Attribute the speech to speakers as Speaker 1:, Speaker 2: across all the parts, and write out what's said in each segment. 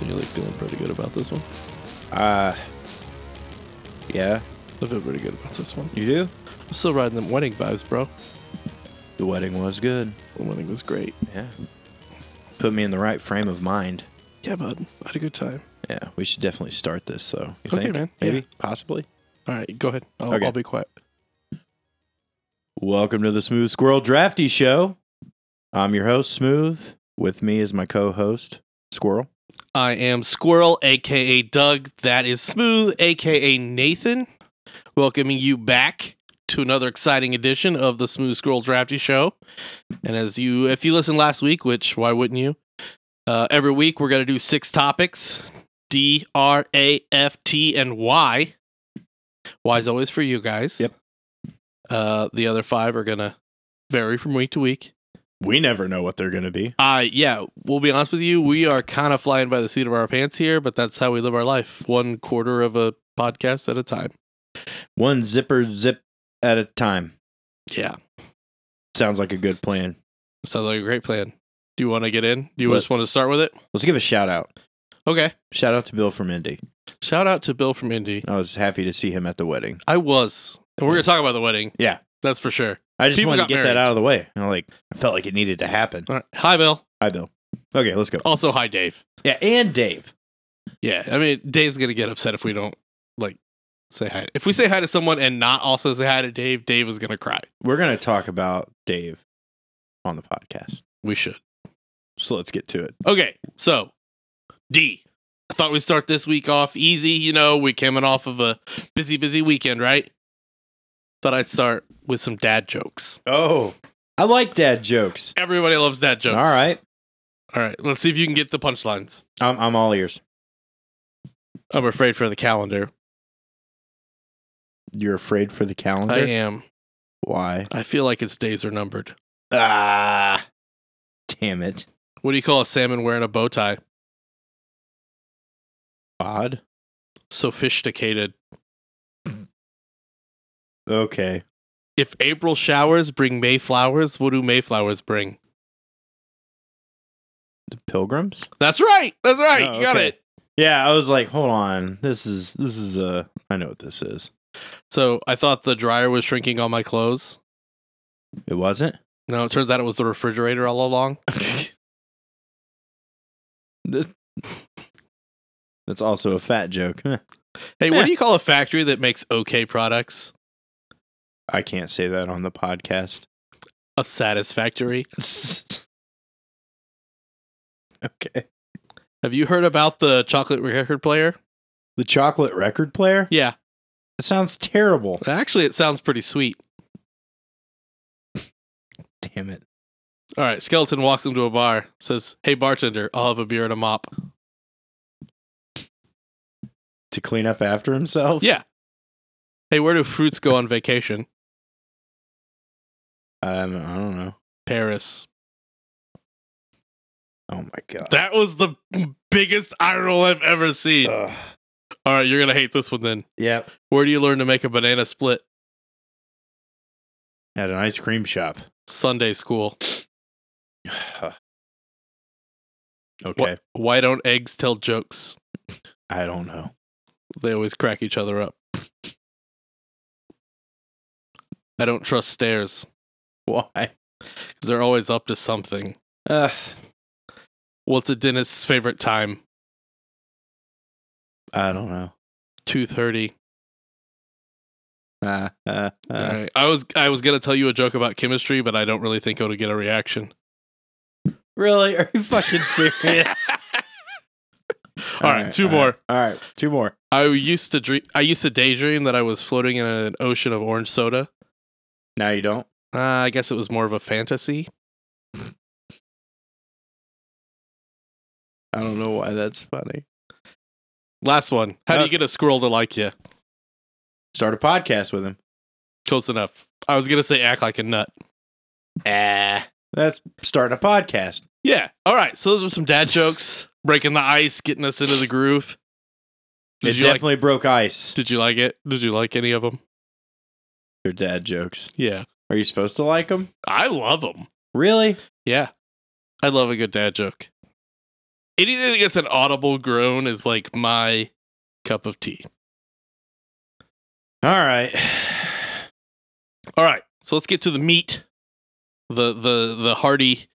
Speaker 1: and you're like feeling pretty good about this one.
Speaker 2: Uh, yeah,
Speaker 1: I feel pretty good about this one.
Speaker 2: you do.
Speaker 1: I'm still riding them wedding vibes, bro.
Speaker 2: The wedding was good.
Speaker 1: The wedding was great.
Speaker 2: Yeah, put me in the right frame of mind.
Speaker 1: Yeah, bud. I had a good time.
Speaker 2: Yeah, we should definitely start this. though. you
Speaker 1: Okay,
Speaker 2: think?
Speaker 1: man.
Speaker 2: Maybe,
Speaker 1: Yeah.
Speaker 2: possibly.
Speaker 1: All right, go ahead. I'll,
Speaker 2: Okay.
Speaker 1: I'll be quiet.
Speaker 2: Welcome to the Smooth Squirrel Drafty Show. I'm your host, Smooth. With me is my co-host, Squirrel.
Speaker 1: I am Squirrel, aka Doug. That is Smooth, aka Nathan. Welcoming you back to another exciting edition of the Smooth Squirrel Drafty Show. And as you, if you listened last week, which why wouldn't you? Uh, every week we're gonna do six topics: D, R, A, F, T, and Y. Y is always for you guys.
Speaker 2: Yep.
Speaker 1: Uh, the other five are gonna vary from week to week.
Speaker 2: We never know what they're going to be.
Speaker 1: Uh yeah, we'll be honest with you, we are kind of flying by the seat of our pants here, but that's how we live our life. One quarter of a podcast at a time.
Speaker 2: One zipper zip at a time.
Speaker 1: Yeah.
Speaker 2: Sounds like a good plan.
Speaker 1: Sounds like a great plan. Do you want to get in? Do you
Speaker 2: What?
Speaker 1: just want to start with it?
Speaker 2: Let's give a shout out.
Speaker 1: Okay.
Speaker 2: Shout out to Bill from Indy.
Speaker 1: Shout out to Bill from Indy.
Speaker 2: I was happy to see him at the wedding.
Speaker 1: I was. And we're going to talk about the wedding.
Speaker 2: Yeah.
Speaker 1: That's for sure.
Speaker 2: I just
Speaker 1: People
Speaker 2: wanted to
Speaker 1: got
Speaker 2: get that
Speaker 1: married.
Speaker 2: out of the way. I like I felt like it needed to happen.
Speaker 1: All right. Hi, Bill.
Speaker 2: Hi, Bill. Oh. Okay, let's go.
Speaker 1: Also, hi, Dave.
Speaker 2: Yeah, and Dave.
Speaker 1: Yeah. I mean, Dave's going to get upset if we don't, like, say hi. If we say hi to someone and not also say hi to Dave, Dave is going to cry.
Speaker 2: We're gonna talk about Dave on the podcast.
Speaker 1: We should.
Speaker 2: So let's get to it.
Speaker 1: Okay, so D. I thought we'd start this week off easy. You know, we coming off of a busy, busy weekend, right? Thought I'd start with some dad jokes.
Speaker 2: Oh, I like dad jokes.
Speaker 1: Everybody loves dad jokes.
Speaker 2: All right,
Speaker 1: All right. Let's see if you can get the punchlines.
Speaker 2: I'm I'm all ears.
Speaker 1: I'm afraid for the calendar.
Speaker 2: You're afraid for the calendar?
Speaker 1: I am.
Speaker 2: Why?
Speaker 1: I feel like its days are numbered.
Speaker 2: Ah, damn it.
Speaker 1: What do you call a salmon wearing a bow tie?
Speaker 2: Odd.
Speaker 1: Sophisticated.
Speaker 2: Okay.
Speaker 1: If April showers bring May flowers, what do May flowers bring?
Speaker 2: The pilgrims.
Speaker 1: That's right. That's right.
Speaker 2: Oh,
Speaker 1: you got
Speaker 2: okay.
Speaker 1: it.
Speaker 2: Yeah, I was like, hold on. This is this is uh I know what this is.
Speaker 1: So I thought the dryer was shrinking all my clothes.
Speaker 2: It wasn't?
Speaker 1: No, it turns out it was the refrigerator all along.
Speaker 2: This- That's also a fat joke. Huh.
Speaker 1: Hey, what do you call a factory that makes okay products?
Speaker 2: I can't say that on the podcast.
Speaker 1: A satisfactory.
Speaker 2: okay.
Speaker 1: Have you heard about the chocolate record player?
Speaker 2: The chocolate record player?
Speaker 1: Yeah.
Speaker 2: That sounds terrible.
Speaker 1: Actually, it sounds pretty sweet.
Speaker 2: Damn it.
Speaker 1: All right, skeleton walks into a bar, says, "Hey bartender, I'll have a beer and a mop."
Speaker 2: To clean up after himself?
Speaker 1: Yeah. Hey, where do fruits go on vacation?
Speaker 2: Um, I don't know.
Speaker 1: Paris.
Speaker 2: Oh my god.
Speaker 1: That was the biggest eye roll I've ever seen.
Speaker 2: Ugh.
Speaker 1: All right, you're gonna hate this one then.
Speaker 2: Yep.
Speaker 1: Where do you learn to make a banana split?
Speaker 2: At an ice cream shop.
Speaker 1: Sunday school.
Speaker 2: okay.
Speaker 1: Wh- Why don't eggs tell jokes?
Speaker 2: I don't know.
Speaker 1: they always crack each other up. I don't trust stairs
Speaker 2: Why?
Speaker 1: because they're always up to something.
Speaker 2: Uh,
Speaker 1: What's a dentist's favorite time?
Speaker 2: I don't know.
Speaker 1: Two thirty.
Speaker 2: Uh, uh,
Speaker 1: All
Speaker 2: uh,
Speaker 1: right. I was I was gonna tell you a joke about chemistry, but I don't really think it'll get a reaction.
Speaker 2: Really? Are you fucking serious?
Speaker 1: All right, two
Speaker 2: all
Speaker 1: more.
Speaker 2: All right, two more.
Speaker 1: I used to dream. I used to daydream that I was floating in an ocean of orange soda.
Speaker 2: Now you don't.
Speaker 1: Uh, I guess it was more of a fantasy.
Speaker 2: I don't know why that's funny.
Speaker 1: Last one. How do you
Speaker 2: Okay.
Speaker 1: get a squirrel to like you?
Speaker 2: Start a podcast with him.
Speaker 1: Close enough. I was gonna say act like a nut.
Speaker 2: Ah, that's starting a podcast.
Speaker 1: Yeah. All right. So those were some dad jokes, breaking the ice, getting us into the groove. Did
Speaker 2: it
Speaker 1: you like?
Speaker 2: definitely broke ice.
Speaker 1: Did you like it? Did you like any of them?
Speaker 2: They're dad jokes.
Speaker 1: Yeah,
Speaker 2: Are you supposed to like them?
Speaker 1: I love them.
Speaker 2: Really?
Speaker 1: Yeah, I love a good dad joke. anything that gets an audible groan is like my cup of tea.
Speaker 2: All right.
Speaker 1: All right, so let's get to the meat, the the the hearty,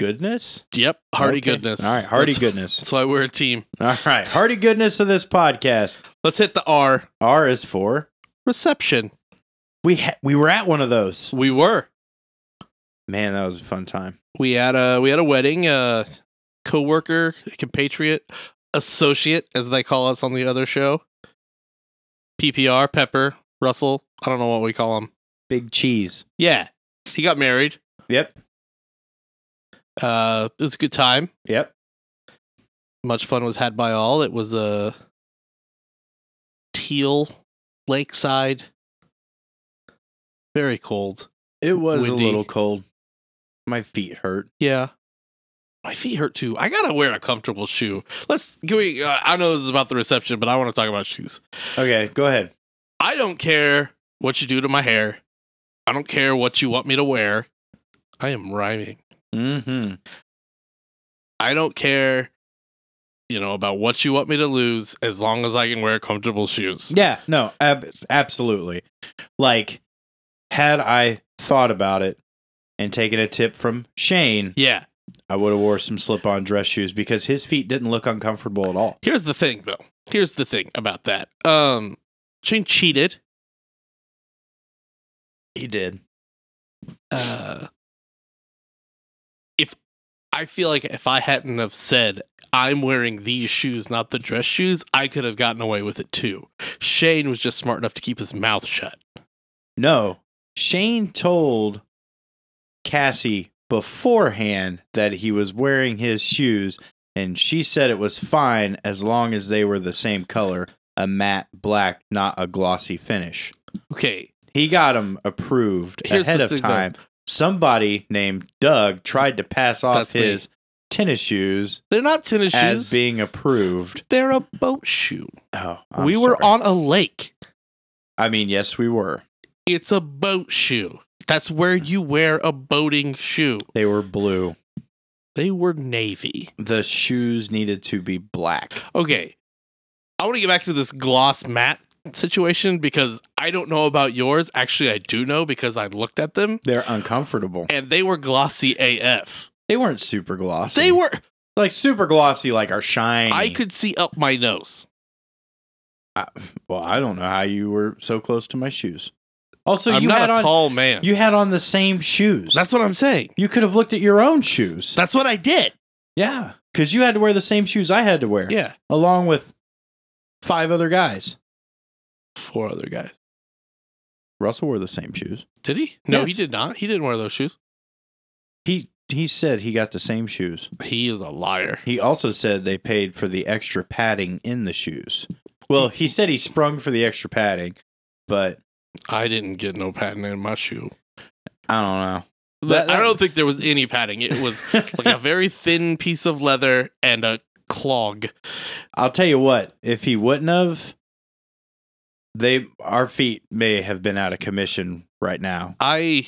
Speaker 2: Goodness?
Speaker 1: yep, hearty
Speaker 2: Okay.
Speaker 1: goodness.
Speaker 2: All right. Hearty
Speaker 1: That's-
Speaker 2: goodness.
Speaker 1: That's why we're a team.
Speaker 2: All right. Hearty goodness of this podcast.
Speaker 1: Let's hit the R
Speaker 2: R is for.
Speaker 1: reception.
Speaker 2: We ha- we were at one of those.
Speaker 1: We were
Speaker 2: Man, that was a fun time.
Speaker 1: we had a we had a wedding. A coworker, a compatriot, associate, as they call us on the other show. PPR Pepper Russell. I don't know what we call him.
Speaker 2: Big cheese.
Speaker 1: Yeah, he got married.
Speaker 2: Yep.
Speaker 1: Uh, it was a good time.
Speaker 2: Yep.
Speaker 1: much fun was had by all. It was a teal lakeside, very cold.
Speaker 2: It was
Speaker 1: Windy.
Speaker 2: a little cold. My feet hurt.
Speaker 1: Yeah, my feet hurt too. I gotta wear a comfortable shoe. Let's can we? Uh, I know this is about the reception, but I want to talk about shoes.
Speaker 2: Okay, go ahead.
Speaker 1: I don't care what you do to my hair. I don't care what you want me to wear. I am rhyming.
Speaker 2: Mm-hmm.
Speaker 1: I don't care, you know, about what you want me to lose as long as I can wear comfortable shoes.
Speaker 2: Yeah, no, ab- absolutely. Like, had I thought about it and taken a tip from Shane,
Speaker 1: Yeah.
Speaker 2: I would have wore some slip-on dress shoes because his feet didn't look uncomfortable at all.
Speaker 1: Here's the thing, though. Here's the thing about that. Um, Shane cheated.
Speaker 2: He did.
Speaker 1: Uh, if I feel like if I hadn't have said I'm wearing these shoes, not the dress shoes, I could have gotten away with it too. Shane was just smart enough to keep his mouth shut.
Speaker 2: No, Shane told Cassie beforehand that he was wearing his shoes, and she said it was fine as long as they were the same color, a matte black, not a glossy finish.
Speaker 1: Okay,
Speaker 2: He got them approved
Speaker 1: Here's
Speaker 2: ahead
Speaker 1: the
Speaker 2: of
Speaker 1: thing, though.
Speaker 2: time. Somebody named Doug tried to pass off
Speaker 1: That's me.
Speaker 2: his tennis shoes
Speaker 1: they're not tennis
Speaker 2: as
Speaker 1: shoes.
Speaker 2: being approved.
Speaker 1: they're a boat shoe.
Speaker 2: Oh, I'm
Speaker 1: we were
Speaker 2: sorry.
Speaker 1: on a lake.
Speaker 2: I mean, yes, we were.
Speaker 1: It's a boat shoe. That's where you wear a boating shoe.
Speaker 2: They were blue.
Speaker 1: They were navy.
Speaker 2: The shoes needed to be black.
Speaker 1: Okay. I want to get back to this gloss matte situation because I don't know about yours. Actually, I do know because I looked at them
Speaker 2: They're uncomfortable.
Speaker 1: and they were glossy AF.
Speaker 2: They weren't super glossy.
Speaker 1: They were,
Speaker 2: like super glossy, like are shiny.
Speaker 1: I could see up my nose.
Speaker 2: I- well, I don't know how you were so close to my shoes. Also,
Speaker 1: I'm
Speaker 2: you
Speaker 1: not
Speaker 2: had
Speaker 1: a
Speaker 2: on
Speaker 1: tall man.
Speaker 2: you had on the same shoes.
Speaker 1: That's what I'm saying.
Speaker 2: you could have looked at your own shoes.
Speaker 1: That's what I did.
Speaker 2: yeah, because you had to wear the same shoes I had to wear,
Speaker 1: Yeah.
Speaker 2: along with five other guys.
Speaker 1: Four other guys.
Speaker 2: Russell wore the same shoes.
Speaker 1: Did he? No, he
Speaker 2: Yes.
Speaker 1: did not. He didn't wear those shoes.
Speaker 2: He he said he got the same shoes.
Speaker 1: He is a liar.
Speaker 2: He also said they paid for the extra padding in the shoes. Well, he said he sprung for the extra padding, but
Speaker 1: I didn't get no padding in my shoe.
Speaker 2: I don't know.
Speaker 1: That,
Speaker 2: That-
Speaker 1: I don't think there was any padding. It was like a very thin piece of leather and a clog.
Speaker 2: I'll tell you what, if he wouldn't have, they our feet may have been out of commission right now.
Speaker 1: I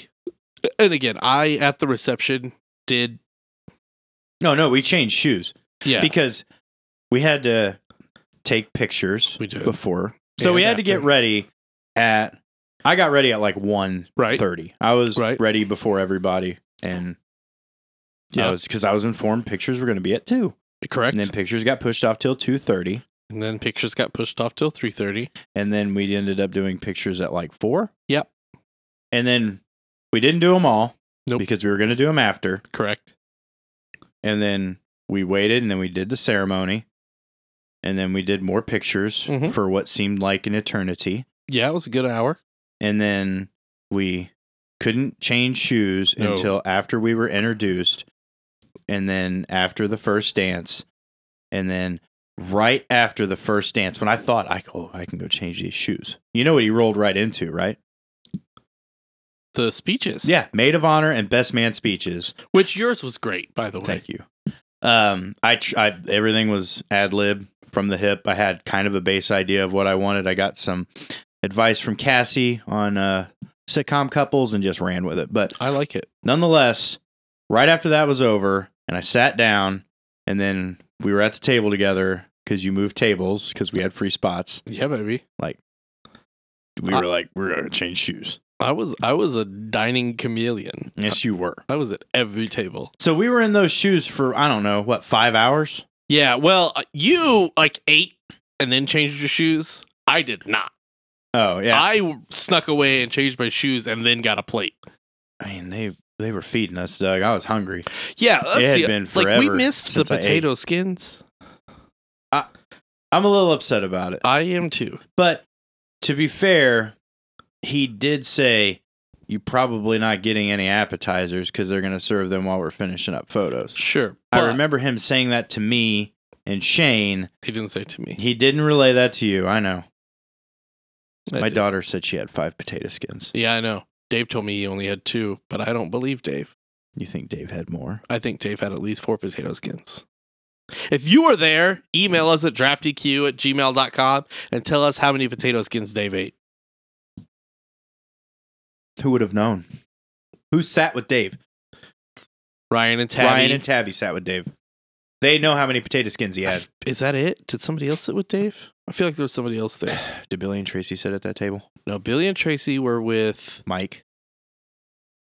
Speaker 1: and again, I at the reception did
Speaker 2: No, no, we changed shoes
Speaker 1: yeah.
Speaker 2: because we had to take pictures
Speaker 1: We did.
Speaker 2: before. So
Speaker 1: And
Speaker 2: we had to get
Speaker 1: after.
Speaker 2: ready at I got ready at like 1:30.
Speaker 1: Right.
Speaker 2: I was
Speaker 1: Right.
Speaker 2: ready before everybody and yeah.
Speaker 1: Yeah.
Speaker 2: I was cuz I was informed pictures were going to be at 2.
Speaker 1: correct.
Speaker 2: And then pictures got pushed off till 2:30
Speaker 1: pictures got pushed off till 3:30.
Speaker 2: and then we ended up doing pictures at like 4.
Speaker 1: Yep.
Speaker 2: And then we didn't do them all
Speaker 1: Nope.
Speaker 2: because we were going to do them after.
Speaker 1: Correct.
Speaker 2: And then we waited and then we did the ceremony. And then we did more pictures
Speaker 1: Mhm.
Speaker 2: for what seemed like an eternity.
Speaker 1: Yeah, it was a good hour.
Speaker 2: And then we couldn't change shoes
Speaker 1: No.
Speaker 2: until after we were introduced. And then after the first dance. And then right after the first dance, when I thought, I, oh, I can go change these shoes. You know what he rolled right into, right?
Speaker 1: The speeches.
Speaker 2: Yeah, maid of honor and best man speeches.
Speaker 1: Which yours was great, by the way.
Speaker 2: Thank you. Um, I, tr- I everything was ad lib from the hip. I had kind of a base idea of what I wanted. I got some advice from Cassie on uh, sitcom couples and just ran with it. But
Speaker 1: I like it.
Speaker 2: nonetheless, right after that was over, and I sat down And then we were at the table together because you moved tables because we had free spots.
Speaker 1: Yeah, baby.
Speaker 2: We
Speaker 1: I-
Speaker 2: were like, we're going to change shoes.
Speaker 1: I was I was a dining chameleon.
Speaker 2: Yes, you were.
Speaker 1: I was at every table.
Speaker 2: So we were in those shoes for, I don't know, what, five hours?
Speaker 1: Yeah, well, uh, you like ate and then changed your shoes. I did not.
Speaker 2: Oh, yeah.
Speaker 1: I snuck away and changed my shoes and then got a plate.
Speaker 2: I mean, they they were feeding us, Doug. I was hungry.
Speaker 1: Yeah,
Speaker 2: It
Speaker 1: that's
Speaker 2: had
Speaker 1: the,
Speaker 2: been
Speaker 1: like we
Speaker 2: forever
Speaker 1: missed the
Speaker 2: since I ate.
Speaker 1: potato skins.
Speaker 2: I'm a little upset about it.
Speaker 1: I am too.
Speaker 2: But to be fair, he did say you're probably not getting any appetizers because they're going to serve them while we're finishing up photos.
Speaker 1: Sure,
Speaker 2: I
Speaker 1: but
Speaker 2: remember him saying that to me and Shane.
Speaker 1: he didn't say it to me.
Speaker 2: He didn't relay that to you. I know.
Speaker 1: I
Speaker 2: My
Speaker 1: did.
Speaker 2: daughter said she had five potato skins.
Speaker 1: Uh, Yeah, I know. Dave told me he only had two, but I don't believe Dave.
Speaker 2: You think Dave had more?
Speaker 1: I think Dave had at least four potato skins. If you were there, email us at draftyq at gmail.com and tell us how many potato skins Dave ate.
Speaker 2: Who would have known? Who sat with Dave?
Speaker 1: Ryan and Tabby.
Speaker 2: Ryan and Tabby sat with Dave. They know how many potato skins he
Speaker 1: I
Speaker 2: had.
Speaker 1: f- Is that it? Did somebody else sit with Dave? I feel like there was somebody else there.
Speaker 2: Did Billy and Tracy sit at that table?
Speaker 1: No, Billy and Tracy were with
Speaker 2: Mike.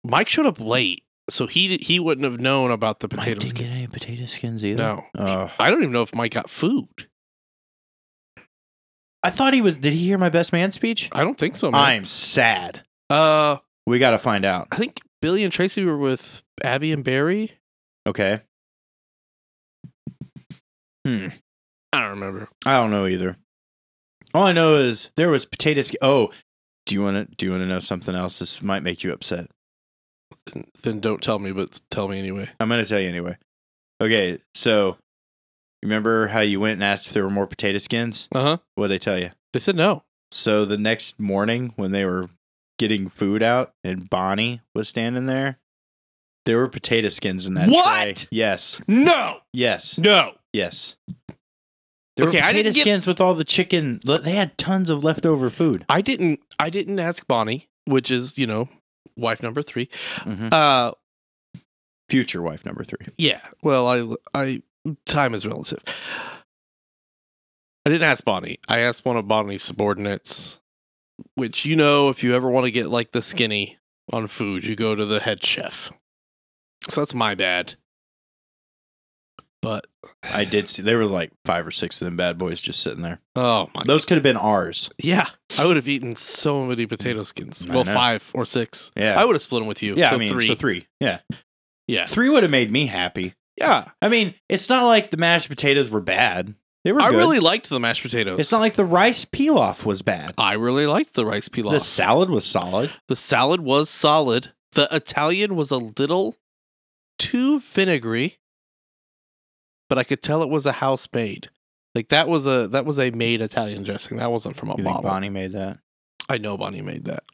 Speaker 1: Mike. Showed up late, so he he wouldn't have known about the
Speaker 2: Mike
Speaker 1: potatoes.
Speaker 2: didn't get any potato skins either.
Speaker 1: No,
Speaker 2: Oh.
Speaker 1: I don't even know if Mike got food.
Speaker 2: I thought he was. Did he hear my best man speech?
Speaker 1: I don't think so. Oh, Man.
Speaker 2: I'm sad.
Speaker 1: uh,
Speaker 2: We got to find out.
Speaker 1: I think Billy and Tracy were with Abby and Barry.
Speaker 2: Okay. Hmm.
Speaker 1: I don't remember.
Speaker 2: I don't know either. All I know is there was potato. Sk- oh, do you want to? Do you want to know something else? This might make you upset.
Speaker 1: Then- Then don't tell me, but tell me anyway.
Speaker 2: I'm gonna tell you anyway. Okay, so remember how you went and asked if there were more potato skins?
Speaker 1: Uh huh.
Speaker 2: What'd they tell you?
Speaker 1: They said no.
Speaker 2: So the next morning, when they were getting food out and Bonnie was standing there, there were potato skins in that
Speaker 1: What?
Speaker 2: tray. Yes,
Speaker 1: No,
Speaker 2: yes,
Speaker 1: no.
Speaker 2: yes. There
Speaker 1: Okay,
Speaker 2: were
Speaker 1: I
Speaker 2: potato
Speaker 1: didn't get-
Speaker 2: skins with all the chicken. Look, They had tons of leftover food.
Speaker 1: I didn't. I didn't ask Bonnie, which is you know, wife number three.
Speaker 2: Mhm.
Speaker 1: Uh,
Speaker 2: Future wife number three.
Speaker 1: Yeah. Well, I I time is relative. I didn't ask Bonnie. I asked one of Bonnie's subordinates, which you know, if you ever want to get like the skinny on food, you go to the head chef. So that's my bad. But
Speaker 2: I did see there were like five or six of them bad boys just sitting there.
Speaker 1: oh my
Speaker 2: Those could have been ours.
Speaker 1: yeah, I would have eaten so many potato skins.
Speaker 2: I
Speaker 1: Well,
Speaker 2: know.
Speaker 1: five or six.
Speaker 2: Yeah,
Speaker 1: I would have split them with you.
Speaker 2: yeah.
Speaker 1: so
Speaker 2: I mean,
Speaker 1: three.
Speaker 2: so three. Yeah.
Speaker 1: Yeah,
Speaker 2: Three would have made me happy.
Speaker 1: yeah.
Speaker 2: I mean, it's not like the mashed potatoes were bad. They were
Speaker 1: I
Speaker 2: good.
Speaker 1: really liked the mashed potatoes.
Speaker 2: it's not like the rice pilaf was bad.
Speaker 1: I really liked the rice pilaf.
Speaker 2: The salad was solid.
Speaker 1: The salad was solid. The Italian was a little too vinegary, but I could tell it was a house made. Like that was a that was a made Italian dressing. That wasn't from a
Speaker 2: You think
Speaker 1: bottle.
Speaker 2: Bonnie made that?
Speaker 1: I know Bonnie made that.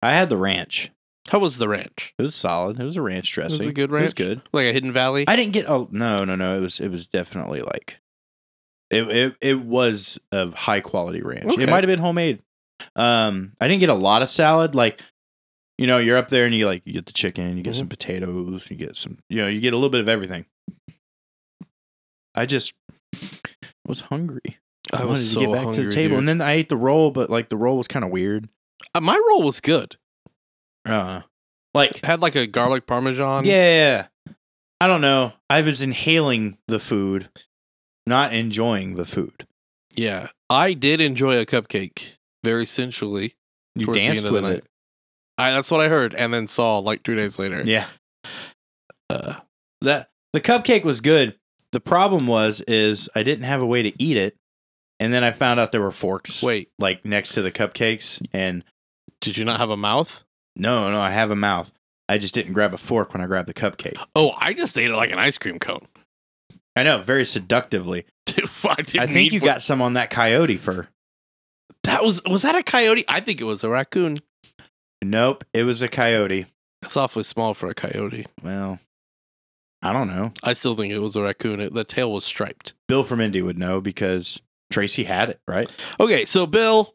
Speaker 2: I had the ranch.
Speaker 1: How was the ranch?
Speaker 2: It was solid. It was a ranch
Speaker 1: Was
Speaker 2: dressing.
Speaker 1: it good
Speaker 2: It
Speaker 1: ranch?
Speaker 2: was good.
Speaker 1: Like a Hidden Valley.
Speaker 2: I didn't get oh no, no, no. It was it was definitely like it it, it was a high quality ranch.
Speaker 1: Okay.
Speaker 2: It might have been homemade. Um I didn't get a lot of salad. Like, you know, you're up there and you like you get the chicken, you get
Speaker 1: Mhm.
Speaker 2: some potatoes, you get some you know, you get a little bit of everything. I just was hungry.
Speaker 1: I
Speaker 2: wanted to get back to the table. And then I ate the roll, but like the roll was kind of weird.
Speaker 1: uh, my roll was good.
Speaker 2: Uh like
Speaker 1: It had like a garlic parmesan.
Speaker 2: yeah. I don't know. I was inhaling the food, not enjoying the food.
Speaker 1: yeah. I did enjoy a cupcake very sensually.
Speaker 2: You
Speaker 1: towards the end
Speaker 2: danced
Speaker 1: of
Speaker 2: with
Speaker 1: the
Speaker 2: it.
Speaker 1: I, that's what I heard, and then saw like three days later.
Speaker 2: Yeah.
Speaker 1: Uh,
Speaker 2: That the cupcake was good. The problem was is I didn't have a way to eat it. And then I found out there were forks
Speaker 1: wait,
Speaker 2: like next to the cupcakes and
Speaker 1: did you not have a mouth?
Speaker 2: no, no, I have a mouth. I just didn't grab a fork when I grabbed the cupcake.
Speaker 1: Oh, I just ate it like an ice cream cone.
Speaker 2: I know, very seductively.
Speaker 1: Dude, I, didn't
Speaker 2: I think
Speaker 1: need
Speaker 2: you
Speaker 1: one.
Speaker 2: got some on that coyote fur.
Speaker 1: that was was that a coyote? I think it was a raccoon.
Speaker 2: Nope, it was a coyote.
Speaker 1: That's awfully small for a coyote.
Speaker 2: Well, I don't know.
Speaker 1: I still think it was a raccoon. It, the tail was striped.
Speaker 2: Bill from Indy would know because Tracy had it, right?
Speaker 1: Okay, so Bill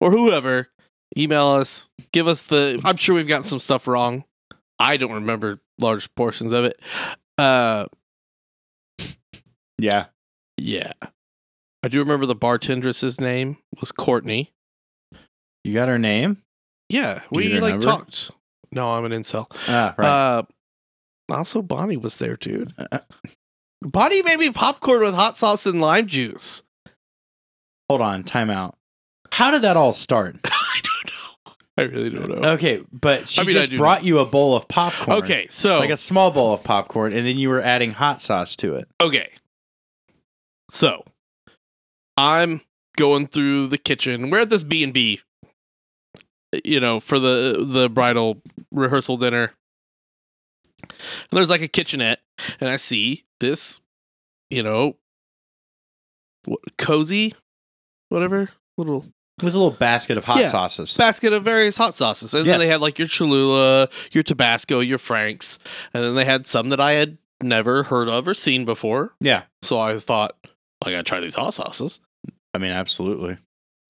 Speaker 1: or whoever, email us. Give us the. I'm sure we've gotten some stuff wrong. I don't remember large portions of it. Uh,
Speaker 2: Yeah.
Speaker 1: Yeah. I do remember the bartenderess's name was Courtney.
Speaker 2: You got her name?
Speaker 1: Yeah,
Speaker 2: Do you
Speaker 1: we like
Speaker 2: remember?
Speaker 1: talked. No, I'm an incel.
Speaker 2: Ah, right.
Speaker 1: Uh, also, Bonnie was there, dude. Bonnie made me popcorn with hot sauce and lime juice.
Speaker 2: Hold on, time out. How did that all start?
Speaker 1: I don't know. Uh, I really don't know.
Speaker 2: Okay, but she
Speaker 1: Oh. I mean, I
Speaker 2: just
Speaker 1: do
Speaker 2: brought you a bowl of popcorn.
Speaker 1: okay, oh. so
Speaker 2: Like a small bowl of popcorn, and then you were adding hot sauce to it.
Speaker 1: Okay. So, I'm going through the kitchen. We're at this B and B, you know, for the the bridal rehearsal dinner. And there's like a kitchenette, and I see this, you know, what, cozy, whatever little
Speaker 2: It was a little basket of hot
Speaker 1: Yeah.
Speaker 2: sauces.
Speaker 1: basket of various hot sauces. And then
Speaker 2: Yes.
Speaker 1: they had like your Cholula, your Tabasco, your Frank's, and then they had some that I had never heard of or seen before.
Speaker 2: yeah.
Speaker 1: So I thought, I gotta try these hot sauces.
Speaker 2: I mean, absolutely.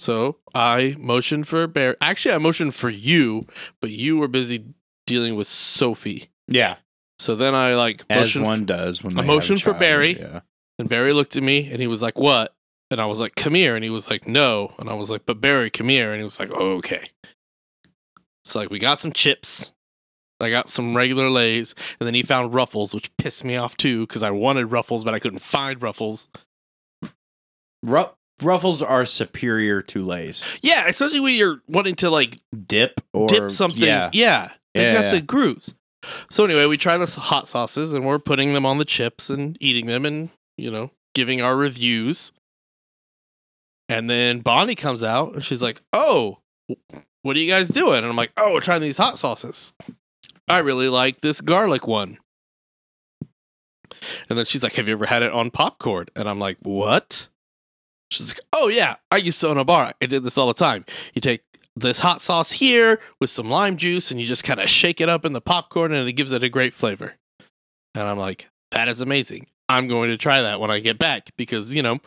Speaker 1: So I motioned for Bear. Actually, I motioned for you, but you were busy dealing with Sophie.
Speaker 2: Yeah.
Speaker 1: So then I like
Speaker 2: As
Speaker 1: motioned,
Speaker 2: one does when
Speaker 1: a
Speaker 2: they have
Speaker 1: motion for
Speaker 2: child,
Speaker 1: Barry.
Speaker 2: Yeah.
Speaker 1: and Barry looked at me and he was like, "What?" And I was like, "Come here," and he was like, "No," and I was like, "But Barry, come here," and he was like, oh, "Okay." So like we got some chips. I got some regular lays, and then he found ruffles, which pissed me off too because I wanted ruffles, but I couldn't find ruffles.
Speaker 2: Ru- Ruffles are superior to Lay's.
Speaker 1: Yeah, especially when you're wanting to like
Speaker 2: Dip or
Speaker 1: dip something. Yeah.
Speaker 2: Yeah.
Speaker 1: They've
Speaker 2: Yeah,
Speaker 1: got
Speaker 2: yeah.
Speaker 1: the grooves. So anyway, we try this hot sauces and we're putting them on the chips and eating them and, you know, giving our reviews. And then Bonnie comes out and she's like, "Oh, what are you guys doing?" And I'm like, "Oh, we're trying these hot sauces. I really like this garlic one." And then she's like, "Have you ever had it on popcorn?" And I'm like, "What?" She's like, "Oh yeah, I used to own a bar. I did this all the time. You take this hot sauce here with some lime juice and you just kind of shake it up in the popcorn and it gives it a great flavor. And I'm like, that is amazing. I'm going to try that when I get back because, you know,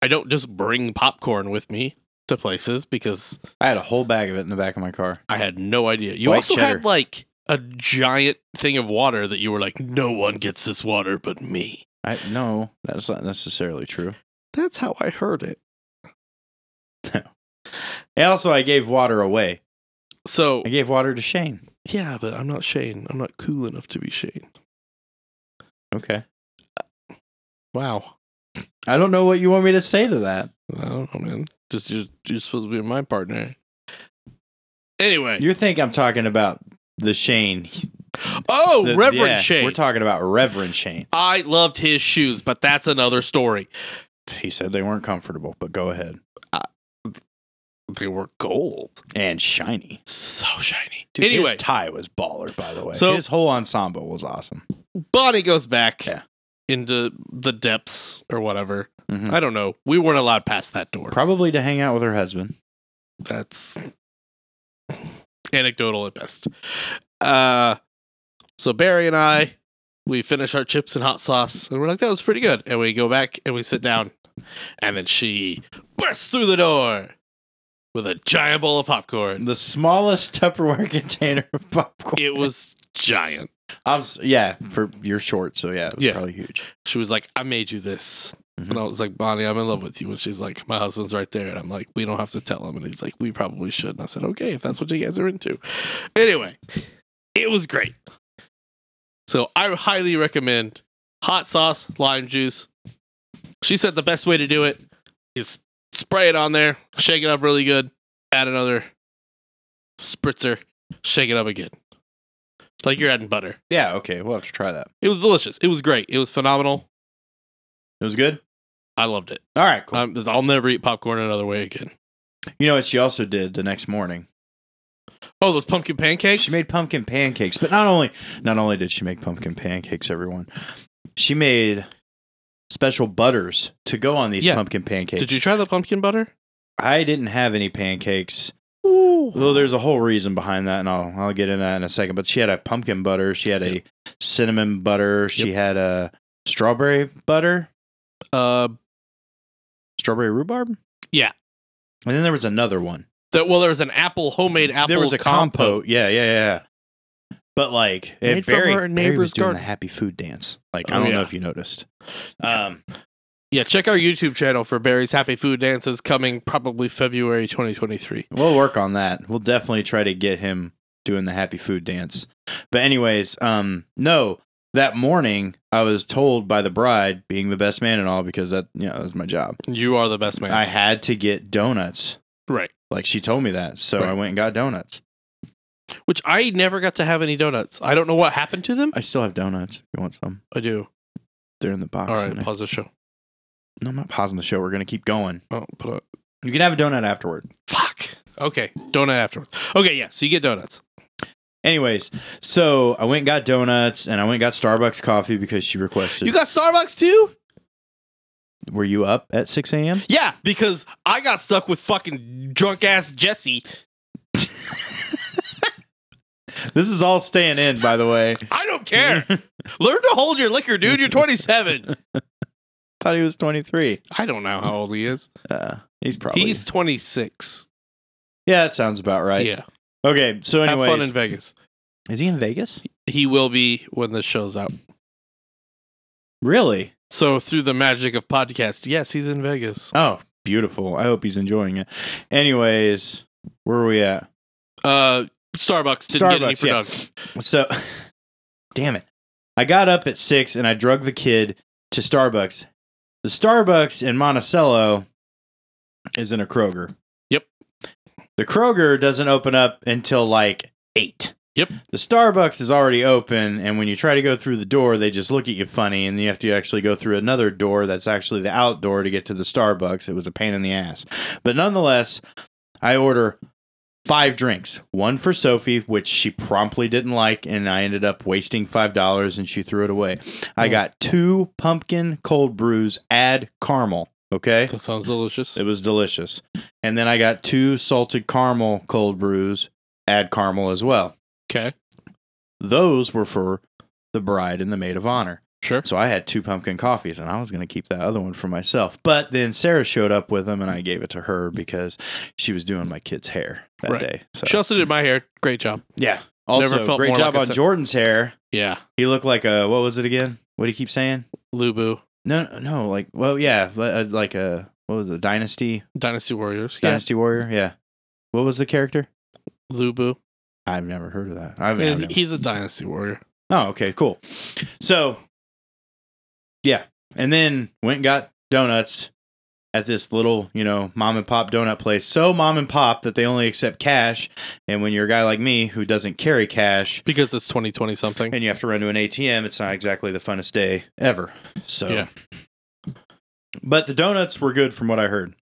Speaker 1: I don't just bring popcorn with me to places because
Speaker 2: I had a whole bag of it in the back of my car.
Speaker 1: I had no idea. You
Speaker 2: White
Speaker 1: also
Speaker 2: cheddar.
Speaker 1: had like a giant thing of water that you were like, no one gets this water but me.
Speaker 2: I no, that's not necessarily true.
Speaker 1: That's how I heard it.
Speaker 2: And also, I gave water away.
Speaker 1: So,
Speaker 2: I gave water to Shane.
Speaker 1: yeah, but I'm not Shane. I'm not cool enough to be Shane.
Speaker 2: Okay.
Speaker 1: Wow.
Speaker 2: I don't know what you want me to say to that.
Speaker 1: I don't know, man. Just you're, you're supposed to be my partner. Anyway,
Speaker 2: You think I'm talking about the Shane?
Speaker 1: oh
Speaker 2: the-
Speaker 1: Reverend
Speaker 2: yeah,
Speaker 1: Shane,
Speaker 2: We're talking about Reverend Shane.
Speaker 1: I loved his shoes, but that's another story.
Speaker 2: He said they weren't comfortable, but go ahead.
Speaker 1: They were gold,
Speaker 2: And shiny.
Speaker 1: so shiny.
Speaker 2: Dude,
Speaker 1: anyway,
Speaker 2: his tie was baller, by the way.
Speaker 1: So-
Speaker 2: his whole ensemble was awesome.
Speaker 1: Bonnie goes back
Speaker 2: Yeah.
Speaker 1: into the depths or whatever.
Speaker 2: Mhm.
Speaker 1: I don't know. We weren't allowed past that door.
Speaker 2: Probably to hang out with her husband.
Speaker 1: that's anecdotal at best. Uh, so Barry and I, we finish our chips and hot sauce, and we're like, "That was pretty good." And we go back and we sit down, and then she bursts through the door with a giant bowl of popcorn.
Speaker 2: The smallest Tupperware container of popcorn.
Speaker 1: It was giant.
Speaker 2: I'm s- yeah, for you're short, so yeah, it was
Speaker 1: Yeah.
Speaker 2: probably huge.
Speaker 1: She was like, "I made you this," and I
Speaker 2: Mhm.
Speaker 1: was like, "Bonnie, I'm in love with you." And she's like, "My husband's right there," and I'm like, "We don't have to tell him." And he's like, "We probably should." And I said, "Okay, if that's what you guys are into." Anyway, it was great. So I highly recommend hot sauce, lime juice. She said the best way to do it is spray it on there, shake it up really good, add another spritzer, shake it up again. Like you're adding butter.
Speaker 2: Yeah, okay, we'll have to try that.
Speaker 1: It was delicious. It was great. It was phenomenal.
Speaker 2: It was good.
Speaker 1: I loved it.
Speaker 2: All right, cool.
Speaker 1: Um, I'll never eat popcorn another way again.
Speaker 2: you know what she also did the next morning?
Speaker 1: Oh, those pumpkin pancakes.
Speaker 2: She made pumpkin pancakes, but not only not only did she make pumpkin pancakes, everyone, she made special butters to go on these
Speaker 1: Yeah.
Speaker 2: pumpkin pancakes.
Speaker 1: Did you try the pumpkin butter?
Speaker 2: I didn't have any pancakes.
Speaker 1: Ooh.
Speaker 2: Well, there's a whole reason behind that, and I'll I'll get into that in a second. But she had a pumpkin butter. She had
Speaker 1: Yep.
Speaker 2: a cinnamon butter. She had a strawberry butter.
Speaker 1: Uh,
Speaker 2: strawberry rhubarb.
Speaker 1: Yeah.
Speaker 2: and then there was another one.
Speaker 1: that well, there was an apple homemade apple.
Speaker 2: there was a
Speaker 1: compote.
Speaker 2: compote. Yeah, yeah, yeah. But like,
Speaker 1: Made
Speaker 2: it
Speaker 1: from
Speaker 2: very,
Speaker 1: our
Speaker 2: Barry
Speaker 1: neighbor's
Speaker 2: was doing the
Speaker 1: garden.
Speaker 2: happy food dance. Like, I
Speaker 1: Oh,
Speaker 2: don't
Speaker 1: yeah.
Speaker 2: know if you noticed. Um,
Speaker 1: Yeah, check our YouTube channel for Barry's Happy Food Dances coming probably February 2023.
Speaker 2: We'll work on that. We'll definitely try to get him doing the happy food dance. But anyways, um no, that morning I was told by the bride being the best man and all because that, you know, that was my job.
Speaker 1: You are the best man.
Speaker 2: I had to get donuts.
Speaker 1: right.
Speaker 2: Like she told me that. So
Speaker 1: Right.
Speaker 2: I went and got donuts.
Speaker 1: Which I never got to have any donuts. I don't know what happened to them.
Speaker 2: I still have donuts if you want some.
Speaker 1: I do.
Speaker 2: They're in the box.
Speaker 1: All right,
Speaker 2: in there.
Speaker 1: pause the show.
Speaker 2: no, I'm not pausing the show. We're going to keep going.
Speaker 1: Oh, put up.
Speaker 2: You can have a donut afterward.
Speaker 1: Fuck. Okay, donut afterwards. Okay, yeah. So you get donuts.
Speaker 2: Anyways, so I went and got donuts and I went and got Starbucks coffee because she requested.
Speaker 1: You got Starbucks too?
Speaker 2: were you up at 6 a.m.?
Speaker 1: Yeah, because I got stuck with fucking drunk ass Jesse.
Speaker 2: This is all staying in, by the way.
Speaker 1: I don't care. Learn to hold your liquor, dude. You're 27.
Speaker 2: Thought he was 23.
Speaker 1: I don't know how old he is.
Speaker 2: Uh, he's probably.
Speaker 1: He's 26.
Speaker 2: yeah, that sounds about right.
Speaker 1: Yeah.
Speaker 2: Okay, so anyways,
Speaker 1: Have fun in Vegas.
Speaker 2: is he in Vegas?
Speaker 1: He will be when this shows out.
Speaker 2: Really?
Speaker 1: So through the magic of podcast, yes, he's in Vegas.
Speaker 2: Oh, beautiful. I hope he's enjoying it. Anyways, where are we at?
Speaker 1: Uh, Starbucks didn't get any
Speaker 2: Starbucks, yeah.
Speaker 1: production.
Speaker 2: So, damn it. I got up at six and I drug the kid to Starbucks. The Starbucks in Monticello is in a Kroger.
Speaker 1: Yep.
Speaker 2: The Kroger doesn't open up until like eight.
Speaker 1: Yep.
Speaker 2: The Starbucks is already open, and when you try to go through the door, they just look at you funny, and you have to actually go through another door that's actually the outdoor to get to the Starbucks. It was a pain in the ass. But nonetheless, I order five drinks one for Sophie, which she promptly didn't like, and I ended up wasting $5 and she threw it away. I
Speaker 1: Mm.
Speaker 2: got two pumpkin cold brews, add caramel. Okay.
Speaker 1: That sounds delicious.
Speaker 2: It was delicious. And then I got two salted caramel cold brews, add caramel as well.
Speaker 1: Okay,
Speaker 2: Those were for the bride and the maid of honor.
Speaker 1: sure.
Speaker 2: So I had two pumpkin coffees and I was going to keep that other one for myself. But then Sarah showed up with them and I gave it to her because she was doing my kid's hair that
Speaker 1: Right.
Speaker 2: day. So
Speaker 1: She also did my hair. Great job.
Speaker 2: yeah. Also,
Speaker 1: Never felt
Speaker 2: great
Speaker 1: more like
Speaker 2: job
Speaker 1: a
Speaker 2: on
Speaker 1: se-
Speaker 2: Jordan's hair.
Speaker 1: Yeah,
Speaker 2: He looked like a what was it again? What do you keep saying?
Speaker 1: Lubu,
Speaker 2: No, no, no, like well, yeah, li- uh, like a what was it? Dynasty,
Speaker 1: Dynasty Warriors. Yes,
Speaker 2: Dynasty Warrior. Yeah. What was the character?
Speaker 1: Lubu.
Speaker 2: I've never heard of that. I've, I've
Speaker 1: He's,
Speaker 2: never-
Speaker 1: he's a Dynasty Warrior.
Speaker 2: Oh, okay, cool. So, yeah, and then went and got donuts at this little, you know, mom and pop donut place. So mom and pop that they only accept cash. And when you're a guy like me who doesn't carry cash
Speaker 1: Because it's 2020 something.
Speaker 2: and you have to run to an ATM, it's not exactly the funnest day ever. So,
Speaker 1: Yeah.
Speaker 2: But the donuts were good from what I heard.